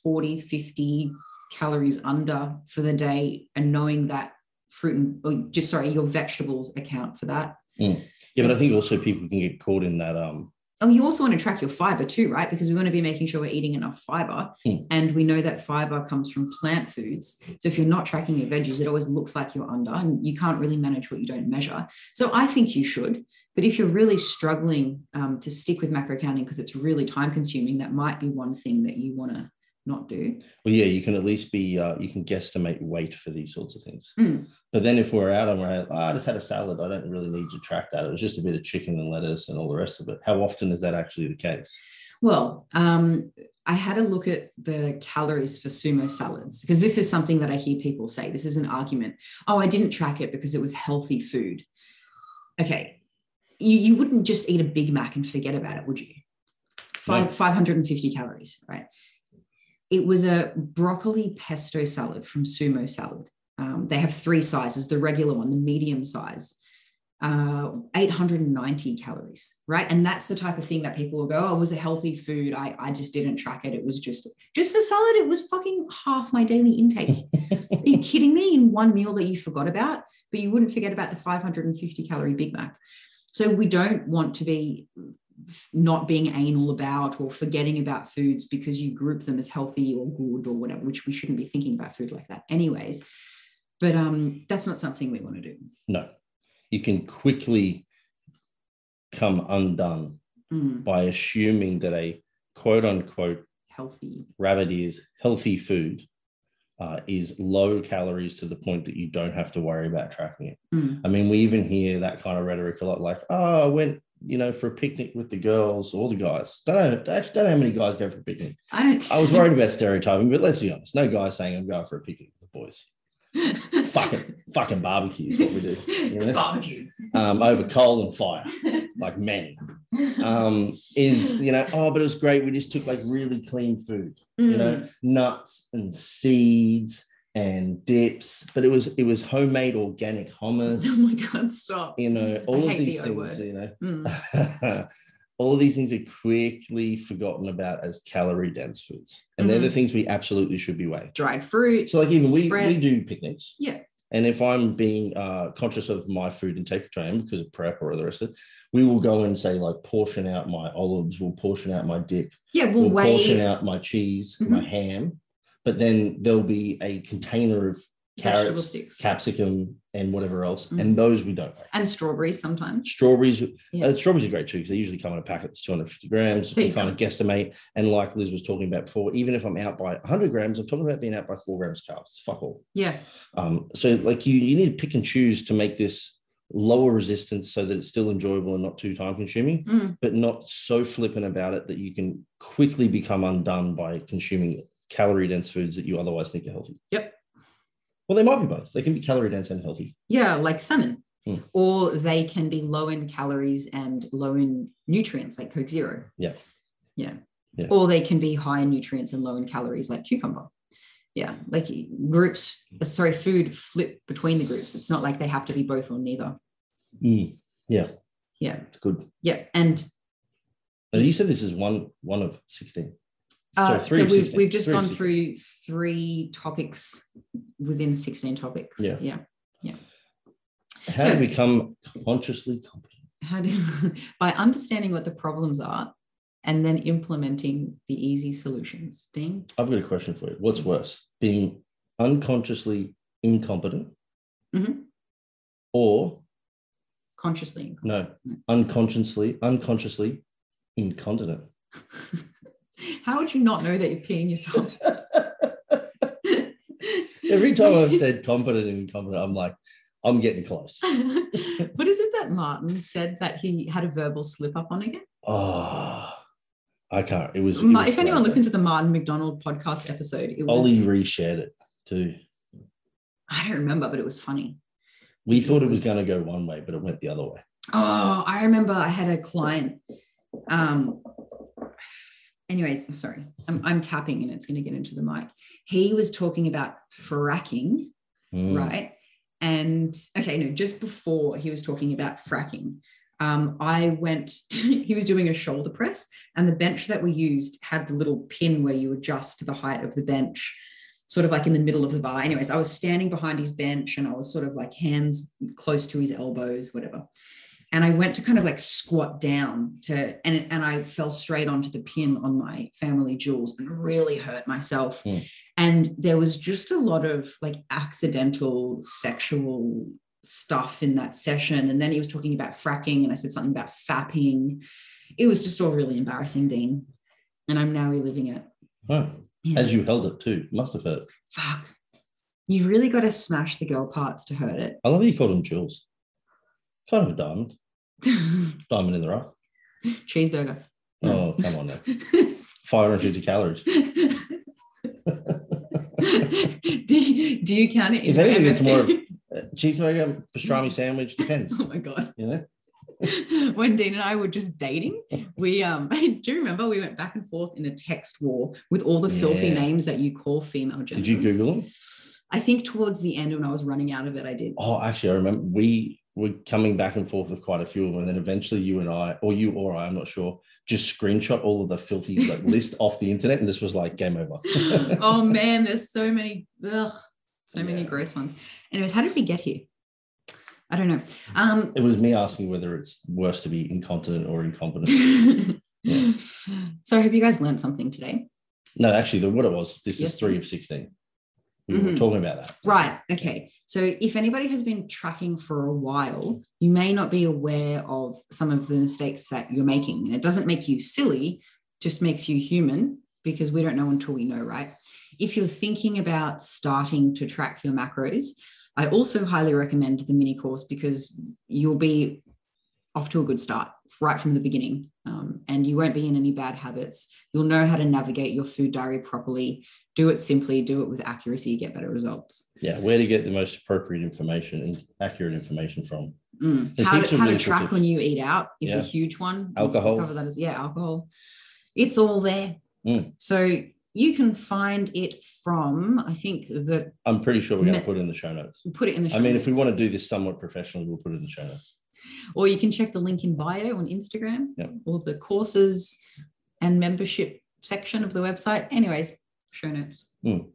Speaker 3: 40 50 calories under for the day and knowing that fruit and or just sorry your vegetables account for that
Speaker 4: Yeah, but I think also people can get caught in that. Um,
Speaker 3: Oh, you also want to track your fiber too, right? Because we want to be making sure we're eating enough fiber.
Speaker 4: Mm.
Speaker 3: And we know that fiber comes from plant foods. So if you're not tracking your veggies, it always looks like you're under and you can't really manage what you don't measure. So I think you should. But if you're really struggling um, to stick with macro counting because it's really time consuming, that might be one thing that you want to not do.
Speaker 4: well, yeah, you can at least be, uh, you can guesstimate weight for these sorts of things.
Speaker 3: Mm.
Speaker 4: But then if we're out and we're out, "Oh, I just had a salad, I don't really need to track that. It was just a bit of chicken and lettuce and all the rest of it. How often is that actually the case?
Speaker 3: Well, um, I had a look at the calories for sumo salads because this is something that I hear people say. This is an argument. Oh, I didn't track it because it was healthy food. Okay. You, you wouldn't just eat a Big Mac and forget about it, would you? Five,
Speaker 4: No.
Speaker 3: 550 calories, right? It was a broccoli pesto salad from Sumo Salad. Um, they have three sizes the regular one, the medium size, uh, 890 calories, right? And that's the type of thing that people will go, oh, it was a healthy food. I, I just didn't track it. It was just just a salad. It was fucking half my daily intake. Are you kidding me? In one meal that you forgot about, but you wouldn't forget about the 550 calorie Big Mac. So we don't want to be not being anal about or forgetting about foods because you group them as healthy or good or whatever, which we shouldn't be thinking about food like that, anyways. But um, that's not something we want to do.
Speaker 4: No, you can quickly come undone
Speaker 3: Mm,
Speaker 4: by assuming that a quote unquote
Speaker 3: healthy.
Speaker 4: rabbit is healthy food uh, is low calories to the point that you don't have to worry about tracking it.
Speaker 3: Mm.
Speaker 4: I mean, we even hear that kind of rhetoric a lot like, oh, I went, you know, for a picnic with the girls or the guys. Don't know, actually don't know how many guys go for a picnic.
Speaker 3: I don't.
Speaker 4: I was worried about stereotyping, but let's be honest, no guy saying I'm going for a picnic with the boys. Fucking fucking barbecue is what we do. you know?
Speaker 3: Barbecue.
Speaker 4: Um, over coal and fire, like men. Um, is you know, oh, but it was great. We just took like really clean food
Speaker 3: Mm.
Speaker 4: you know nuts and seeds and dips but it was it was homemade
Speaker 3: Mm.
Speaker 4: organic hummus
Speaker 3: Oh my god! Stop.
Speaker 4: you know all of
Speaker 3: hate the
Speaker 4: these
Speaker 3: O
Speaker 4: things
Speaker 3: word.
Speaker 4: you know
Speaker 3: Mm.
Speaker 4: all of these things are quickly forgotten about as calorie dense foods and they're the
Speaker 3: Mhm.
Speaker 4: things we absolutely should be weighing
Speaker 3: Dried fruit.
Speaker 4: so like even we, we
Speaker 3: Spreads.
Speaker 4: do picnics
Speaker 3: Yeah.
Speaker 4: and if i'm being uh, conscious of my food intake which i am because of prep or the rest of it we will go and say like portion out my olives we'll portion out my dip
Speaker 3: Yeah, we'll,
Speaker 4: will
Speaker 3: weigh.
Speaker 4: portion out my cheese,
Speaker 3: Mm-hmm.
Speaker 4: my ham, but then there'll be a container of
Speaker 3: vegetable
Speaker 4: carrots,
Speaker 3: sticks
Speaker 4: capsicum, and whatever else,
Speaker 3: Mhm.
Speaker 4: and those we don't like.
Speaker 3: and strawberries sometimes.
Speaker 4: Strawberries,
Speaker 3: Yeah.
Speaker 4: uh, strawberries are great too because they usually come in a packet that's 250 grams.
Speaker 3: So
Speaker 4: you
Speaker 3: you
Speaker 4: can kind of guesstimate, and like Liz was talking about before, even if I'm out by 100 grams, I'm talking about being out by four grams carbs. It's Fuck all.
Speaker 3: Yeah,
Speaker 4: Um, so like you, you need to pick and choose to make this lower resistance so that it's still enjoyable and not too time consuming
Speaker 3: Mm.
Speaker 4: but not so flippant about it that you can quickly become undone by consuming calorie dense foods that you otherwise think are healthy.
Speaker 3: Yep.
Speaker 4: Well, they might be both. They can be calorie dense and healthy.
Speaker 3: yeah, like salmon,
Speaker 4: Mm.
Speaker 3: or they can be low in calories and low in nutrients, like Coke Zero.
Speaker 4: Yeah.
Speaker 3: yeah,
Speaker 4: Yeah.
Speaker 3: Or they can be high in nutrients and low in calories, like cucumber. Yeah, like groups. uh, Sorry, food flip between the groups. It's not like they have to be both or neither.
Speaker 4: Mm,
Speaker 3: Yeah,
Speaker 4: it's good.
Speaker 3: yeah, and
Speaker 4: And you said this is one one of sixteen.
Speaker 3: Uh,
Speaker 4: So
Speaker 3: so
Speaker 4: three of
Speaker 3: we've,
Speaker 4: 16.
Speaker 3: we've just
Speaker 4: Three of
Speaker 3: gone through three topics within 16 topics.
Speaker 4: Yeah.
Speaker 3: yeah.
Speaker 4: How
Speaker 3: So-
Speaker 4: to become consciously competent?
Speaker 3: How do, by understanding what the problems are and then implementing the easy solutions. Ding.
Speaker 4: I've got a question for you. What's worse, being unconsciously incompetent,
Speaker 3: Mhm.
Speaker 4: or
Speaker 3: Consciously.
Speaker 4: no,
Speaker 3: No.
Speaker 4: unconsciously unconsciously incontinent?
Speaker 3: How would you not know that you're peeing yourself?
Speaker 4: Every time I've said competent and incompetent, I'm like, I'm getting close.
Speaker 3: what is it that Martin said that he had a verbal slip up on again?
Speaker 4: Oh, I can't. It was. it
Speaker 3: Ma-
Speaker 4: was
Speaker 3: if anyone
Speaker 4: horrific.
Speaker 3: listened to the Martin McDonald podcast episode, it was
Speaker 4: Ollie reshared it too.
Speaker 3: I don't remember, but it was funny.
Speaker 4: We thought it was going to go one way, but it went the other way.
Speaker 3: Oh, I remember I had a client. Um, anyways, I'm sorry, I'm, I'm tapping and it's going to get into the mic. He was talking about fracking,
Speaker 4: Mm.
Speaker 3: right? And okay, no, just before he was talking about fracking, um, I went, he was doing a shoulder press, and the bench that we used had the little pin where you adjust the height of the bench. Sort of like in the middle of the bar. Anyways, I was standing behind his bench and I was sort of like hands close to his elbows, whatever and I went to kind of like squat down to and and I fell straight onto the pin on my family jewels and really hurt myself.
Speaker 4: Hmm.
Speaker 3: And there was just a lot of like accidental sexual stuff in that session. And then he was talking about fracking, and I said something about fapping. It was just all really embarrassing, Dean. And I'm now reliving it.
Speaker 4: Huh.
Speaker 3: Yeah.
Speaker 4: As you held it too, must have hurt.
Speaker 3: Fuck. You really got to smash the girl parts to hurt it.
Speaker 4: I love that you called them jewels. Kind of a diamond, diamond in the rough.
Speaker 3: Cheeseburger.
Speaker 4: Oh, come on now. 550 calories.
Speaker 3: do, you, do you count it? in
Speaker 4: If anything, it's
Speaker 3: MFA?
Speaker 4: more- Uh, cheeseburger,
Speaker 3: Mm.
Speaker 4: pastrami sandwich, depends.
Speaker 3: Oh my god!
Speaker 4: You know,
Speaker 3: When Dean and I were just dating, we um, do you remember we went back and forth in a text war with all the filthy
Speaker 4: Yeah.
Speaker 3: names that you call female genitals?
Speaker 4: did you Google them?
Speaker 3: I think towards the end when I was running out of it, I did.
Speaker 4: Oh, actually, I remember we were coming back and forth with quite a few of them, and then eventually you and I, or you or I, I'm not sure, just screenshot all of the filthy like, list off the internet, and this was like game over.
Speaker 3: oh man, there's so many, ugh, so many
Speaker 4: Yeah.
Speaker 3: gross ones. Anyways, how did we get here? I don't know. Um,
Speaker 4: It was me asking whether it's worse to be incontinent or incompetent. Yeah.
Speaker 3: so I hope you guys learned something today.
Speaker 4: no, actually, the, what it was, this
Speaker 3: Yes.
Speaker 4: is three of sixteen. We were
Speaker 3: Mhm.
Speaker 4: talking about that.
Speaker 3: Right. Okay. So if anybody has been tracking for a while, you may not be aware of some of the mistakes that you're making. And it doesn't make you silly, just makes you human because we don't know until we know, right? If you're thinking about starting to track your macros, I also highly recommend the mini course because you'll be off to a good start right from the beginning um, and you won't be in any bad habits. You'll know how to navigate your food diary properly, do it simply, do it with accuracy, you get better results.
Speaker 4: Yeah, where to get the most appropriate information and accurate information from.
Speaker 3: Mm.
Speaker 4: There's
Speaker 3: How,
Speaker 4: heaps
Speaker 3: to,
Speaker 4: of
Speaker 3: how to
Speaker 4: really cool
Speaker 3: track
Speaker 4: tips.
Speaker 3: when you eat out is
Speaker 4: Yeah.
Speaker 3: a huge one. We
Speaker 4: Alcohol.
Speaker 3: Cover that as yeah, alcohol. It's all there.
Speaker 4: Mm.
Speaker 3: So you can find it from I think the
Speaker 4: I'm pretty sure we're going to
Speaker 3: Me-
Speaker 4: put it in the show notes.
Speaker 3: put it in the.
Speaker 4: I mean, if we want to do this somewhat professionally, we'll put it in the show notes.
Speaker 3: or you can check the link in bio on Instagram
Speaker 4: Yep.
Speaker 3: or the courses and membership section of the website. Anyways, show notes.
Speaker 4: Mm.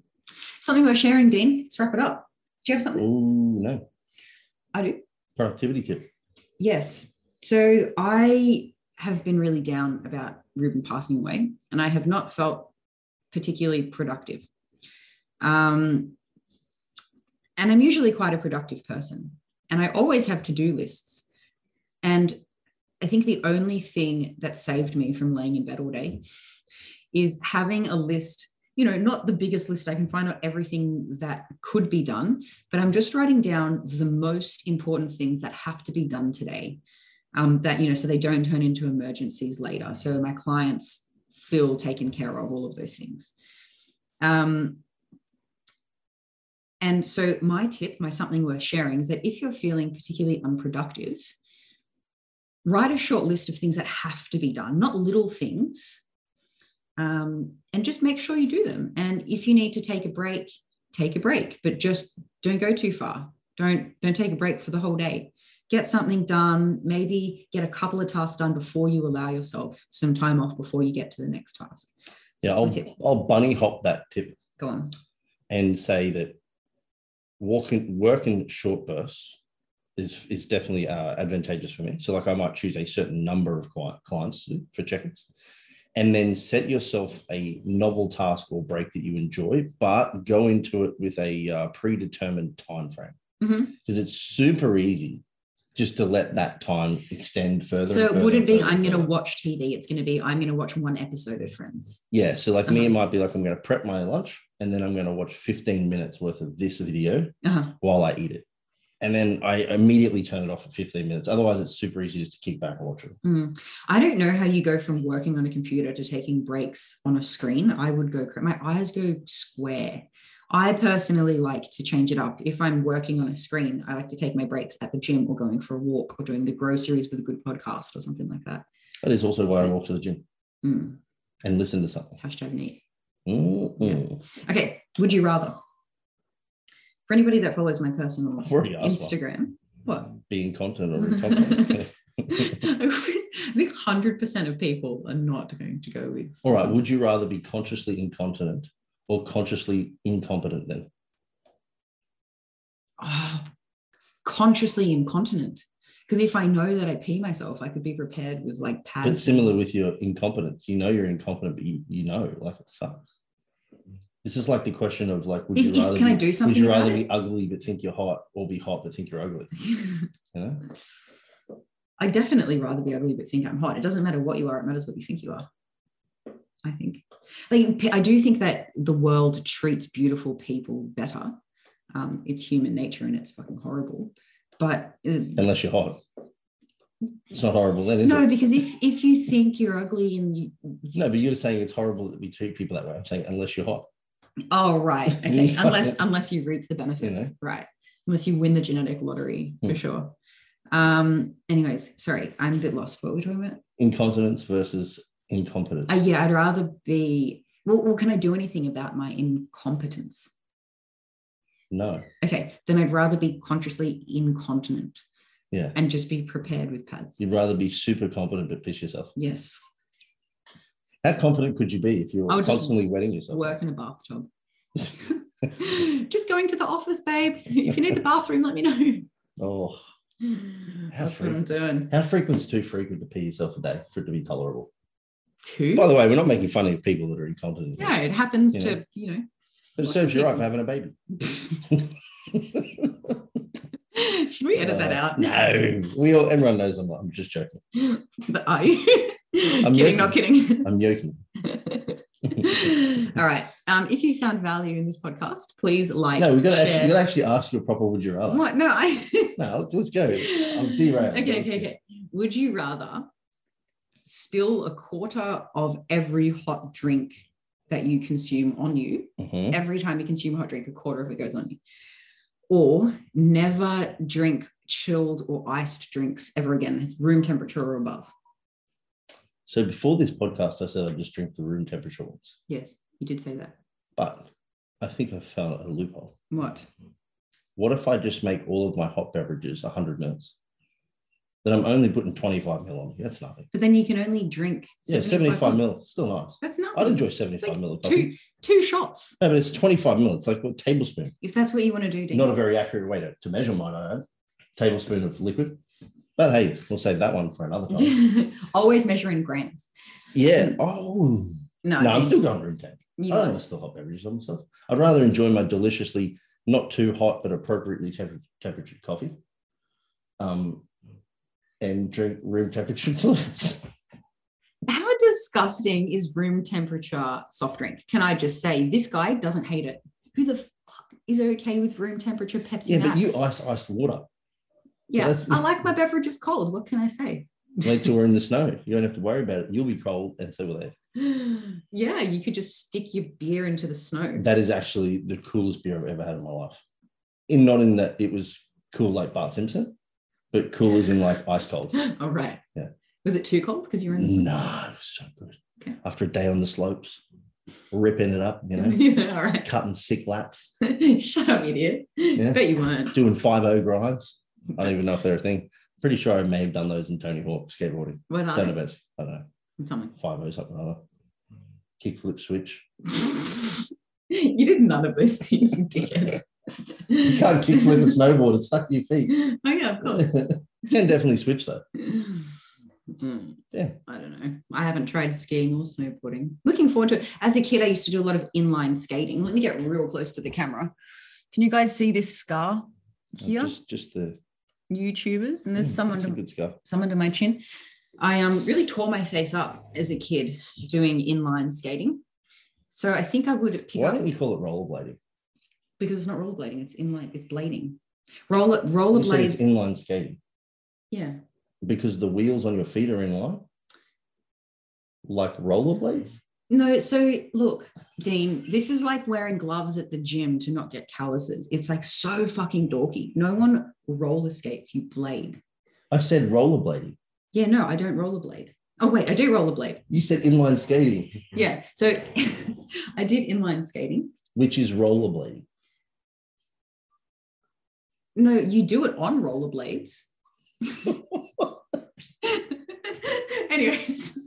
Speaker 3: Something we're sharing, Dean. Let's wrap it up. Do you have something?
Speaker 4: Oh no,
Speaker 3: I do.
Speaker 4: productivity tip.
Speaker 3: Yes. So I have been really down about Ruben passing away, and I have not felt particularly productive. Um, and I'm usually quite a productive person, and I always have to do lists. And I think the only thing that saved me from laying in bed all day is having a list, you know, not the biggest list I can find out everything that could be done, but I'm just writing down the most important things that have to be done today. Um, that you know, so they don't turn into emergencies later. So my clients feel taken care of all of those things. Um, and so my tip, my something worth sharing is that if you're feeling particularly unproductive, write a short list of things that have to be done, not little things. Um, and just make sure you do them. And if you need to take a break, take a break, but just don't go too far don't don't take a break for the whole day get something done maybe get a couple of tasks done before you allow yourself some time off before you get to the next task
Speaker 4: Yeah,
Speaker 3: That's my
Speaker 4: I'll,
Speaker 3: tip.
Speaker 4: I'll bunny hop that tip
Speaker 3: go on
Speaker 4: and say that walking work in short bursts is is definitely uh, advantageous for me. So like I might choose a certain number of cli- clients to do for check-ins, and then set yourself a novel task or break that you enjoy, but go into it with a uh, predetermined time frame
Speaker 3: Mhm.
Speaker 4: because it's super easy just to let that time extend further.
Speaker 3: so
Speaker 4: and
Speaker 3: it
Speaker 4: further
Speaker 3: wouldn't
Speaker 4: and
Speaker 3: be
Speaker 4: further
Speaker 3: i'm
Speaker 4: and
Speaker 3: going to
Speaker 4: further.
Speaker 3: watch tv it's going to be i'm going to watch one episode of friends
Speaker 4: Yeah. So like me,
Speaker 3: Uh-huh.
Speaker 4: it might be like I'm going to prep my lunch and then I'm going to watch 15 minutes worth of this video
Speaker 3: uh-huh.
Speaker 4: while I eat it. And then I immediately turn it off at 15 minutes. Otherwise, it's super easy just to kick back and watch it.
Speaker 3: Mm. i don't know how you go from working on a computer to taking breaks on a screen i would go cra- my eyes go square i personally like to change it up if i'm working on a screen i like to take my breaks at the gym or going for a walk or doing the groceries with a good podcast or something like that
Speaker 4: That is also why I walk to the gym
Speaker 3: Mm,
Speaker 4: and listen to something. Mm-hmm.
Speaker 3: hashtag neat.
Speaker 4: Mm-mm.
Speaker 3: Okay. Would you rather? For anybody that follows my personal
Speaker 4: I've already asked one.
Speaker 3: Instagram, what?
Speaker 4: Being content or content.
Speaker 3: I think 100% of people are not going to go with.
Speaker 4: All right. Would you rather be consciously incontinent or consciously incompetent then?
Speaker 3: Oh, consciously incontinent. Because if I know that I pee myself, I could be prepared with like pads.
Speaker 4: But similar with your incompetence. You know you're incompetent, but you, you know, like it sucks. This is like the question of like, would you
Speaker 3: If- if-
Speaker 4: rather
Speaker 3: can I
Speaker 4: be-
Speaker 3: do
Speaker 4: Would
Speaker 3: something
Speaker 4: you
Speaker 3: about
Speaker 4: rather
Speaker 3: it?
Speaker 4: be ugly but think you're hot, or be hot but think you're ugly? You know,
Speaker 3: I definitely rather be ugly but think I'm hot. It doesn't matter what you are, it matters what you think you are. I think. Like p- I do think that the world treats beautiful people better. Um, it's human nature and it's fucking horrible. But uh,
Speaker 4: unless you're hot, it's not horrible then, is
Speaker 3: no,
Speaker 4: it?
Speaker 3: because if if you think you're ugly and you
Speaker 4: No, but you're saying it's horrible that we treat people that way. I'm saying unless you're hot.
Speaker 3: oh right, okay.
Speaker 4: Yeah.
Speaker 3: unless unless you reap the benefits, right. Unless you win the genetic lottery for
Speaker 4: Hmm.
Speaker 3: sure. Um, anyways, sorry, I'm a bit lost. What were we talking about?
Speaker 4: Incontinence versus incompetence.
Speaker 3: Uh, yeah, I'd rather be. Well, well, can I do anything about my incompetence?
Speaker 4: no,
Speaker 3: Okay, then I'd rather be consciously incontinent
Speaker 4: yeah,
Speaker 3: and just be prepared with pads.
Speaker 4: you'd rather be super competent but piss yourself.
Speaker 3: Yes,
Speaker 4: How confident could you be if
Speaker 3: I
Speaker 4: you were
Speaker 3: would just
Speaker 4: constantly wetting yourself?
Speaker 3: work in a bathtub. just going to the office, babe. If you need the bathroom, let me know.
Speaker 4: Oh, How
Speaker 3: That's what I'm doing.
Speaker 4: how frequent's too frequent to pee yourself a day for it to be tolerable?
Speaker 3: Two.
Speaker 4: By the way, we're not making fun of people that are incontinent.
Speaker 3: yeah, it happens
Speaker 4: You
Speaker 3: to you know
Speaker 4: But it
Speaker 3: What's
Speaker 4: serves
Speaker 3: a
Speaker 4: you
Speaker 3: baby?
Speaker 4: right for having a baby.
Speaker 3: Should we edit that
Speaker 4: Uh,
Speaker 3: out?
Speaker 4: No, we all everyone knows I'm not. I'm just joking.
Speaker 3: The I.
Speaker 4: I'm
Speaker 3: kidding, not kidding.
Speaker 4: I'm joking.
Speaker 3: All right. Um, if you found value in this podcast, please like.
Speaker 4: No, we got to
Speaker 3: share.
Speaker 4: actually, you got to actually ask for a proper would you rather.
Speaker 3: What? No, I.
Speaker 4: No, let's go. I'm derailed.
Speaker 3: Okay, okay, okay. Would you rather spill a quarter of every hot drink that you consume on you?
Speaker 4: Mhm.
Speaker 3: Every time you consume a hot drink, a quarter of it goes on you. Or never drink chilled or iced drinks ever again. It's room temperature or above.
Speaker 4: So before this podcast, I said I just drink the room temperature ones,
Speaker 3: Yes, you did say that.
Speaker 4: but I think I found a loophole.
Speaker 3: What?
Speaker 4: What if I just make all of my hot beverages 100 mils? Then I'm only putting 25 mil on. That's nothing.
Speaker 3: But then you can only drink
Speaker 4: yeah, 75 mil. Still nice.
Speaker 3: That's not
Speaker 4: I'd enjoy 75
Speaker 3: like
Speaker 4: mil. of
Speaker 3: two
Speaker 4: coffee.
Speaker 3: two shots
Speaker 4: No, but it's 25 mil. It's like a tablespoon.
Speaker 3: if that's what you want to do. Dan.
Speaker 4: Not a very accurate way to, to measure mine, I add. Tablespoon of liquid. But hey, we'll save that one for another time.
Speaker 3: Always measure in grams.
Speaker 4: yeah. Oh.
Speaker 3: No,
Speaker 4: No, I'm
Speaker 3: Dan,
Speaker 4: still going room temp.
Speaker 3: you
Speaker 4: Oh, I don't want to still hot beverages on myself. I'd rather enjoy my deliciously, not too hot, but appropriately temper- temperature coffee. Um, and drink room temperature fluids.
Speaker 3: How disgusting is room temperature soft drink? Can I just say this guy doesn't hate it? Who the fuck is okay with room temperature Pepsi
Speaker 4: yeah, but
Speaker 3: Max?
Speaker 4: you ice iced water.
Speaker 3: yeah,
Speaker 4: that's-
Speaker 3: I like my beverages cold. What can I say?
Speaker 4: Wait till we're in the snow. You don't have to worry about it. You'll be cold, and so will they.
Speaker 3: Yeah, you could just stick your beer into the snow.
Speaker 4: That is actually the coolest beer I've ever had in my life. In not in that it was cool like Bart Simpson, but cool is in like ice cold.
Speaker 3: All right.
Speaker 4: Yeah. Mm,
Speaker 3: Was it too cold because you were in the snow?
Speaker 4: No, it was so good.
Speaker 3: Okay.
Speaker 4: After a day on the slopes, ripping it up, you know,
Speaker 3: yeah, all right.
Speaker 4: cutting sick laps,
Speaker 3: Shut up, idiot. Bet you weren't.
Speaker 4: doing 5 grinds. I don't even know if they're a thing. Pretty sure I may have done those in Tony Hawk skateboarding.
Speaker 3: What are
Speaker 4: Don't know
Speaker 3: they?
Speaker 4: about, I don't know,
Speaker 3: Something.
Speaker 4: 5 something or other. Kick, flip, switch.
Speaker 3: you did none of those things, you dickhead.
Speaker 4: You can't kick, flip, and snowboard. It's stuck to your feet.
Speaker 3: Oh, yeah, of course.
Speaker 4: Can definitely switch though.
Speaker 3: Mm.
Speaker 4: Yeah.
Speaker 3: I don't know. I haven't tried skiing or snowboarding. Looking forward to it. As a kid, I used to do a lot of inline skating. Let me get real close to the camera. Can you guys see this scar here?
Speaker 4: Just, just the.
Speaker 3: YouTubers, and there's
Speaker 4: Mm,
Speaker 3: someone
Speaker 4: that's a
Speaker 3: to,
Speaker 4: good scar.
Speaker 3: someone to my chin. I um really tore my face up as a kid doing inline skating. So I think I would pick
Speaker 4: Why
Speaker 3: up
Speaker 4: don't you call it rollerblading?
Speaker 3: because it's not rollerblading, it's inline, it's blading. Roller
Speaker 4: You said it's
Speaker 3: rollerblades.
Speaker 4: inline skating
Speaker 3: yeah.
Speaker 4: because the wheels on your feet are in line, like rollerblades.
Speaker 3: No, so look, Dean, this is like wearing gloves at the gym to not get calluses. It's like so fucking dorky. No one roller skates, you blade.
Speaker 4: I said rollerblading.
Speaker 3: Yeah, no, I don't rollerblade. Oh, wait, I do rollerblade.
Speaker 4: You said inline skating,
Speaker 3: Yeah. So I did inline skating.
Speaker 4: which is rollerblading.
Speaker 3: No, you do it on rollerblades. Anyways.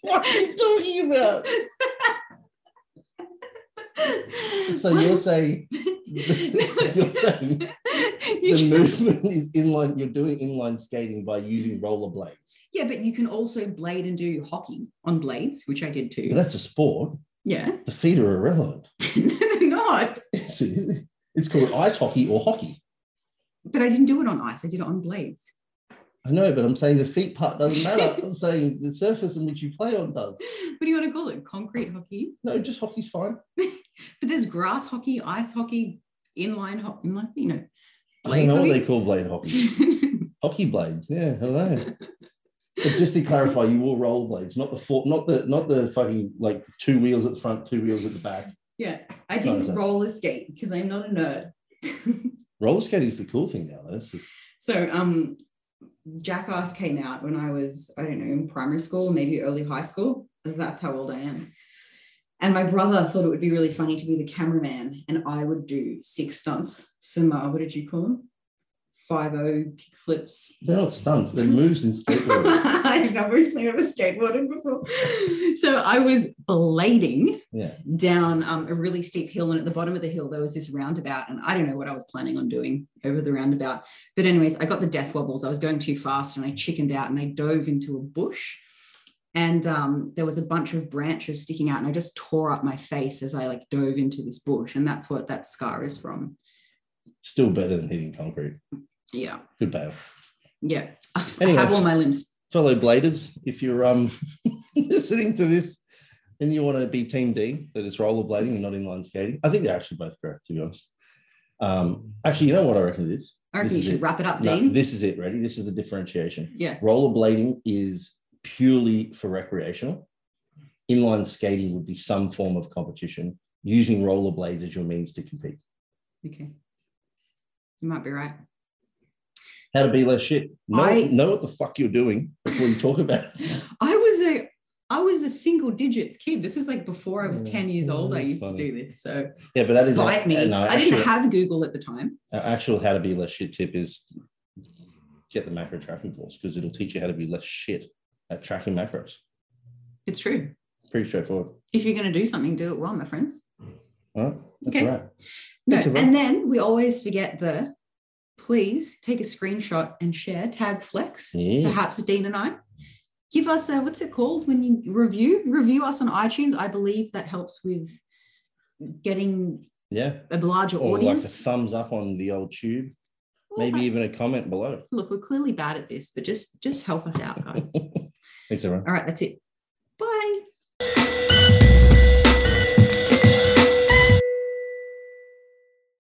Speaker 4: What are you talking about? So you're saying, you're saying
Speaker 3: You
Speaker 4: the
Speaker 3: can-
Speaker 4: movement is inline. You're doing inline skating by using rollerblades.
Speaker 3: yeah, but you can also blade and do hockey on blades, which I did
Speaker 4: But
Speaker 3: too.
Speaker 4: that's a sport.
Speaker 3: Yeah.
Speaker 4: The feet are irrelevant.
Speaker 3: No, they're not.
Speaker 4: It's, it's called ice hockey or hockey.
Speaker 3: But I didn't do it on ice. I did it on blades.
Speaker 4: I know, but I'm saying the feet part doesn't matter. I'm saying the surface in which you play on does.
Speaker 3: What do you want to call it? Concrete hockey?
Speaker 4: No, just hockey's fine.
Speaker 3: But there's grass hockey, ice hockey, inline hockey, inline, you know.
Speaker 4: I
Speaker 3: Blade
Speaker 4: don't know what
Speaker 3: hockey.
Speaker 4: they call blade hockey. hockey blades. Yeah, hello. But just to clarify, you wore roll blades, not the four, not the not the fucking like two wheels at the front, two wheels at the back.
Speaker 3: yeah. I didn't
Speaker 4: Okay.
Speaker 3: roller skate because I'm not a nerd.
Speaker 4: Roller skating is the cool thing now. Though. It's just-
Speaker 3: So um Jackass came out when I was, I don't know, in primary school, maybe early high school. That's how old I am. And my brother thought it would be really funny to be the cameraman and I would do six stunts. Sima, what did you call them? Five O kick flips.
Speaker 4: they're not stunts; they're moves in skateboarding.
Speaker 3: I've never never skateboarded before. So I was blading
Speaker 4: Yeah.
Speaker 3: down um, a really steep hill. And at the bottom of the hill, there was this roundabout. And I don't know what I was planning on doing over the roundabout. But, anyways, I got the death wobbles. I was going too fast and I chickened out and I dove into a bush. and um, there was a bunch of branches sticking out and i just tore up my face as i like dove into this bush and that's what that scar is from
Speaker 4: Still better than hitting concrete.
Speaker 3: yeah
Speaker 4: Good bail.
Speaker 3: yeah
Speaker 4: Anyway.
Speaker 3: i have all my limbs
Speaker 4: fellow bladers, if you're um listening to this and you want to be Team D, that is rollerblading and not inline skating, I think they're actually both correct, to be honest. Um, actually, you know what I reckon it is?
Speaker 3: i reckon
Speaker 4: This
Speaker 3: you
Speaker 4: is
Speaker 3: should
Speaker 4: it.
Speaker 3: wrap it up
Speaker 4: No,
Speaker 3: dean
Speaker 4: this is it, ready? This is the differentiation.
Speaker 3: yes
Speaker 4: Rollerblading is purely for recreational. Inline skating would be some form of competition, using rollerblades as your means to compete.
Speaker 3: okay you might be right
Speaker 4: How to be less shit. Know,
Speaker 3: I-
Speaker 4: know what the fuck you're doing before you talk about it.
Speaker 3: i was a i was a single digits kid this is like before i was 10 years old i
Speaker 4: Mm,
Speaker 3: used to
Speaker 4: funny.
Speaker 3: do this so
Speaker 4: Yeah, but that is
Speaker 3: bite me
Speaker 4: no,
Speaker 3: i didn't
Speaker 4: actually-
Speaker 3: have google at the time
Speaker 4: Our actual how to be less shit tip is get the macro tracking course because it'll teach you how to be less shit at tracking macros.
Speaker 3: it's true
Speaker 4: Pretty straightforward.
Speaker 3: if you're going to do something do it well my friends
Speaker 4: All right. That's
Speaker 3: Okay.
Speaker 4: all right.
Speaker 3: No,
Speaker 4: That's all right.
Speaker 3: and then we always forget the please take a screenshot and share, tag Flex,
Speaker 4: Yeah.
Speaker 3: perhaps Dean and I. Give us a what's it called when you review? Review us on iTunes. I believe that helps with getting
Speaker 4: Yeah.
Speaker 3: a larger
Speaker 4: Or like a
Speaker 3: audience.
Speaker 4: thumbs up on the old tube,
Speaker 3: Well,
Speaker 4: maybe
Speaker 3: that-
Speaker 4: even a comment below.
Speaker 3: look, we're clearly bad at this, but just just help us out, guys.
Speaker 4: Thanks, everyone.
Speaker 3: All right, that's it. Bye.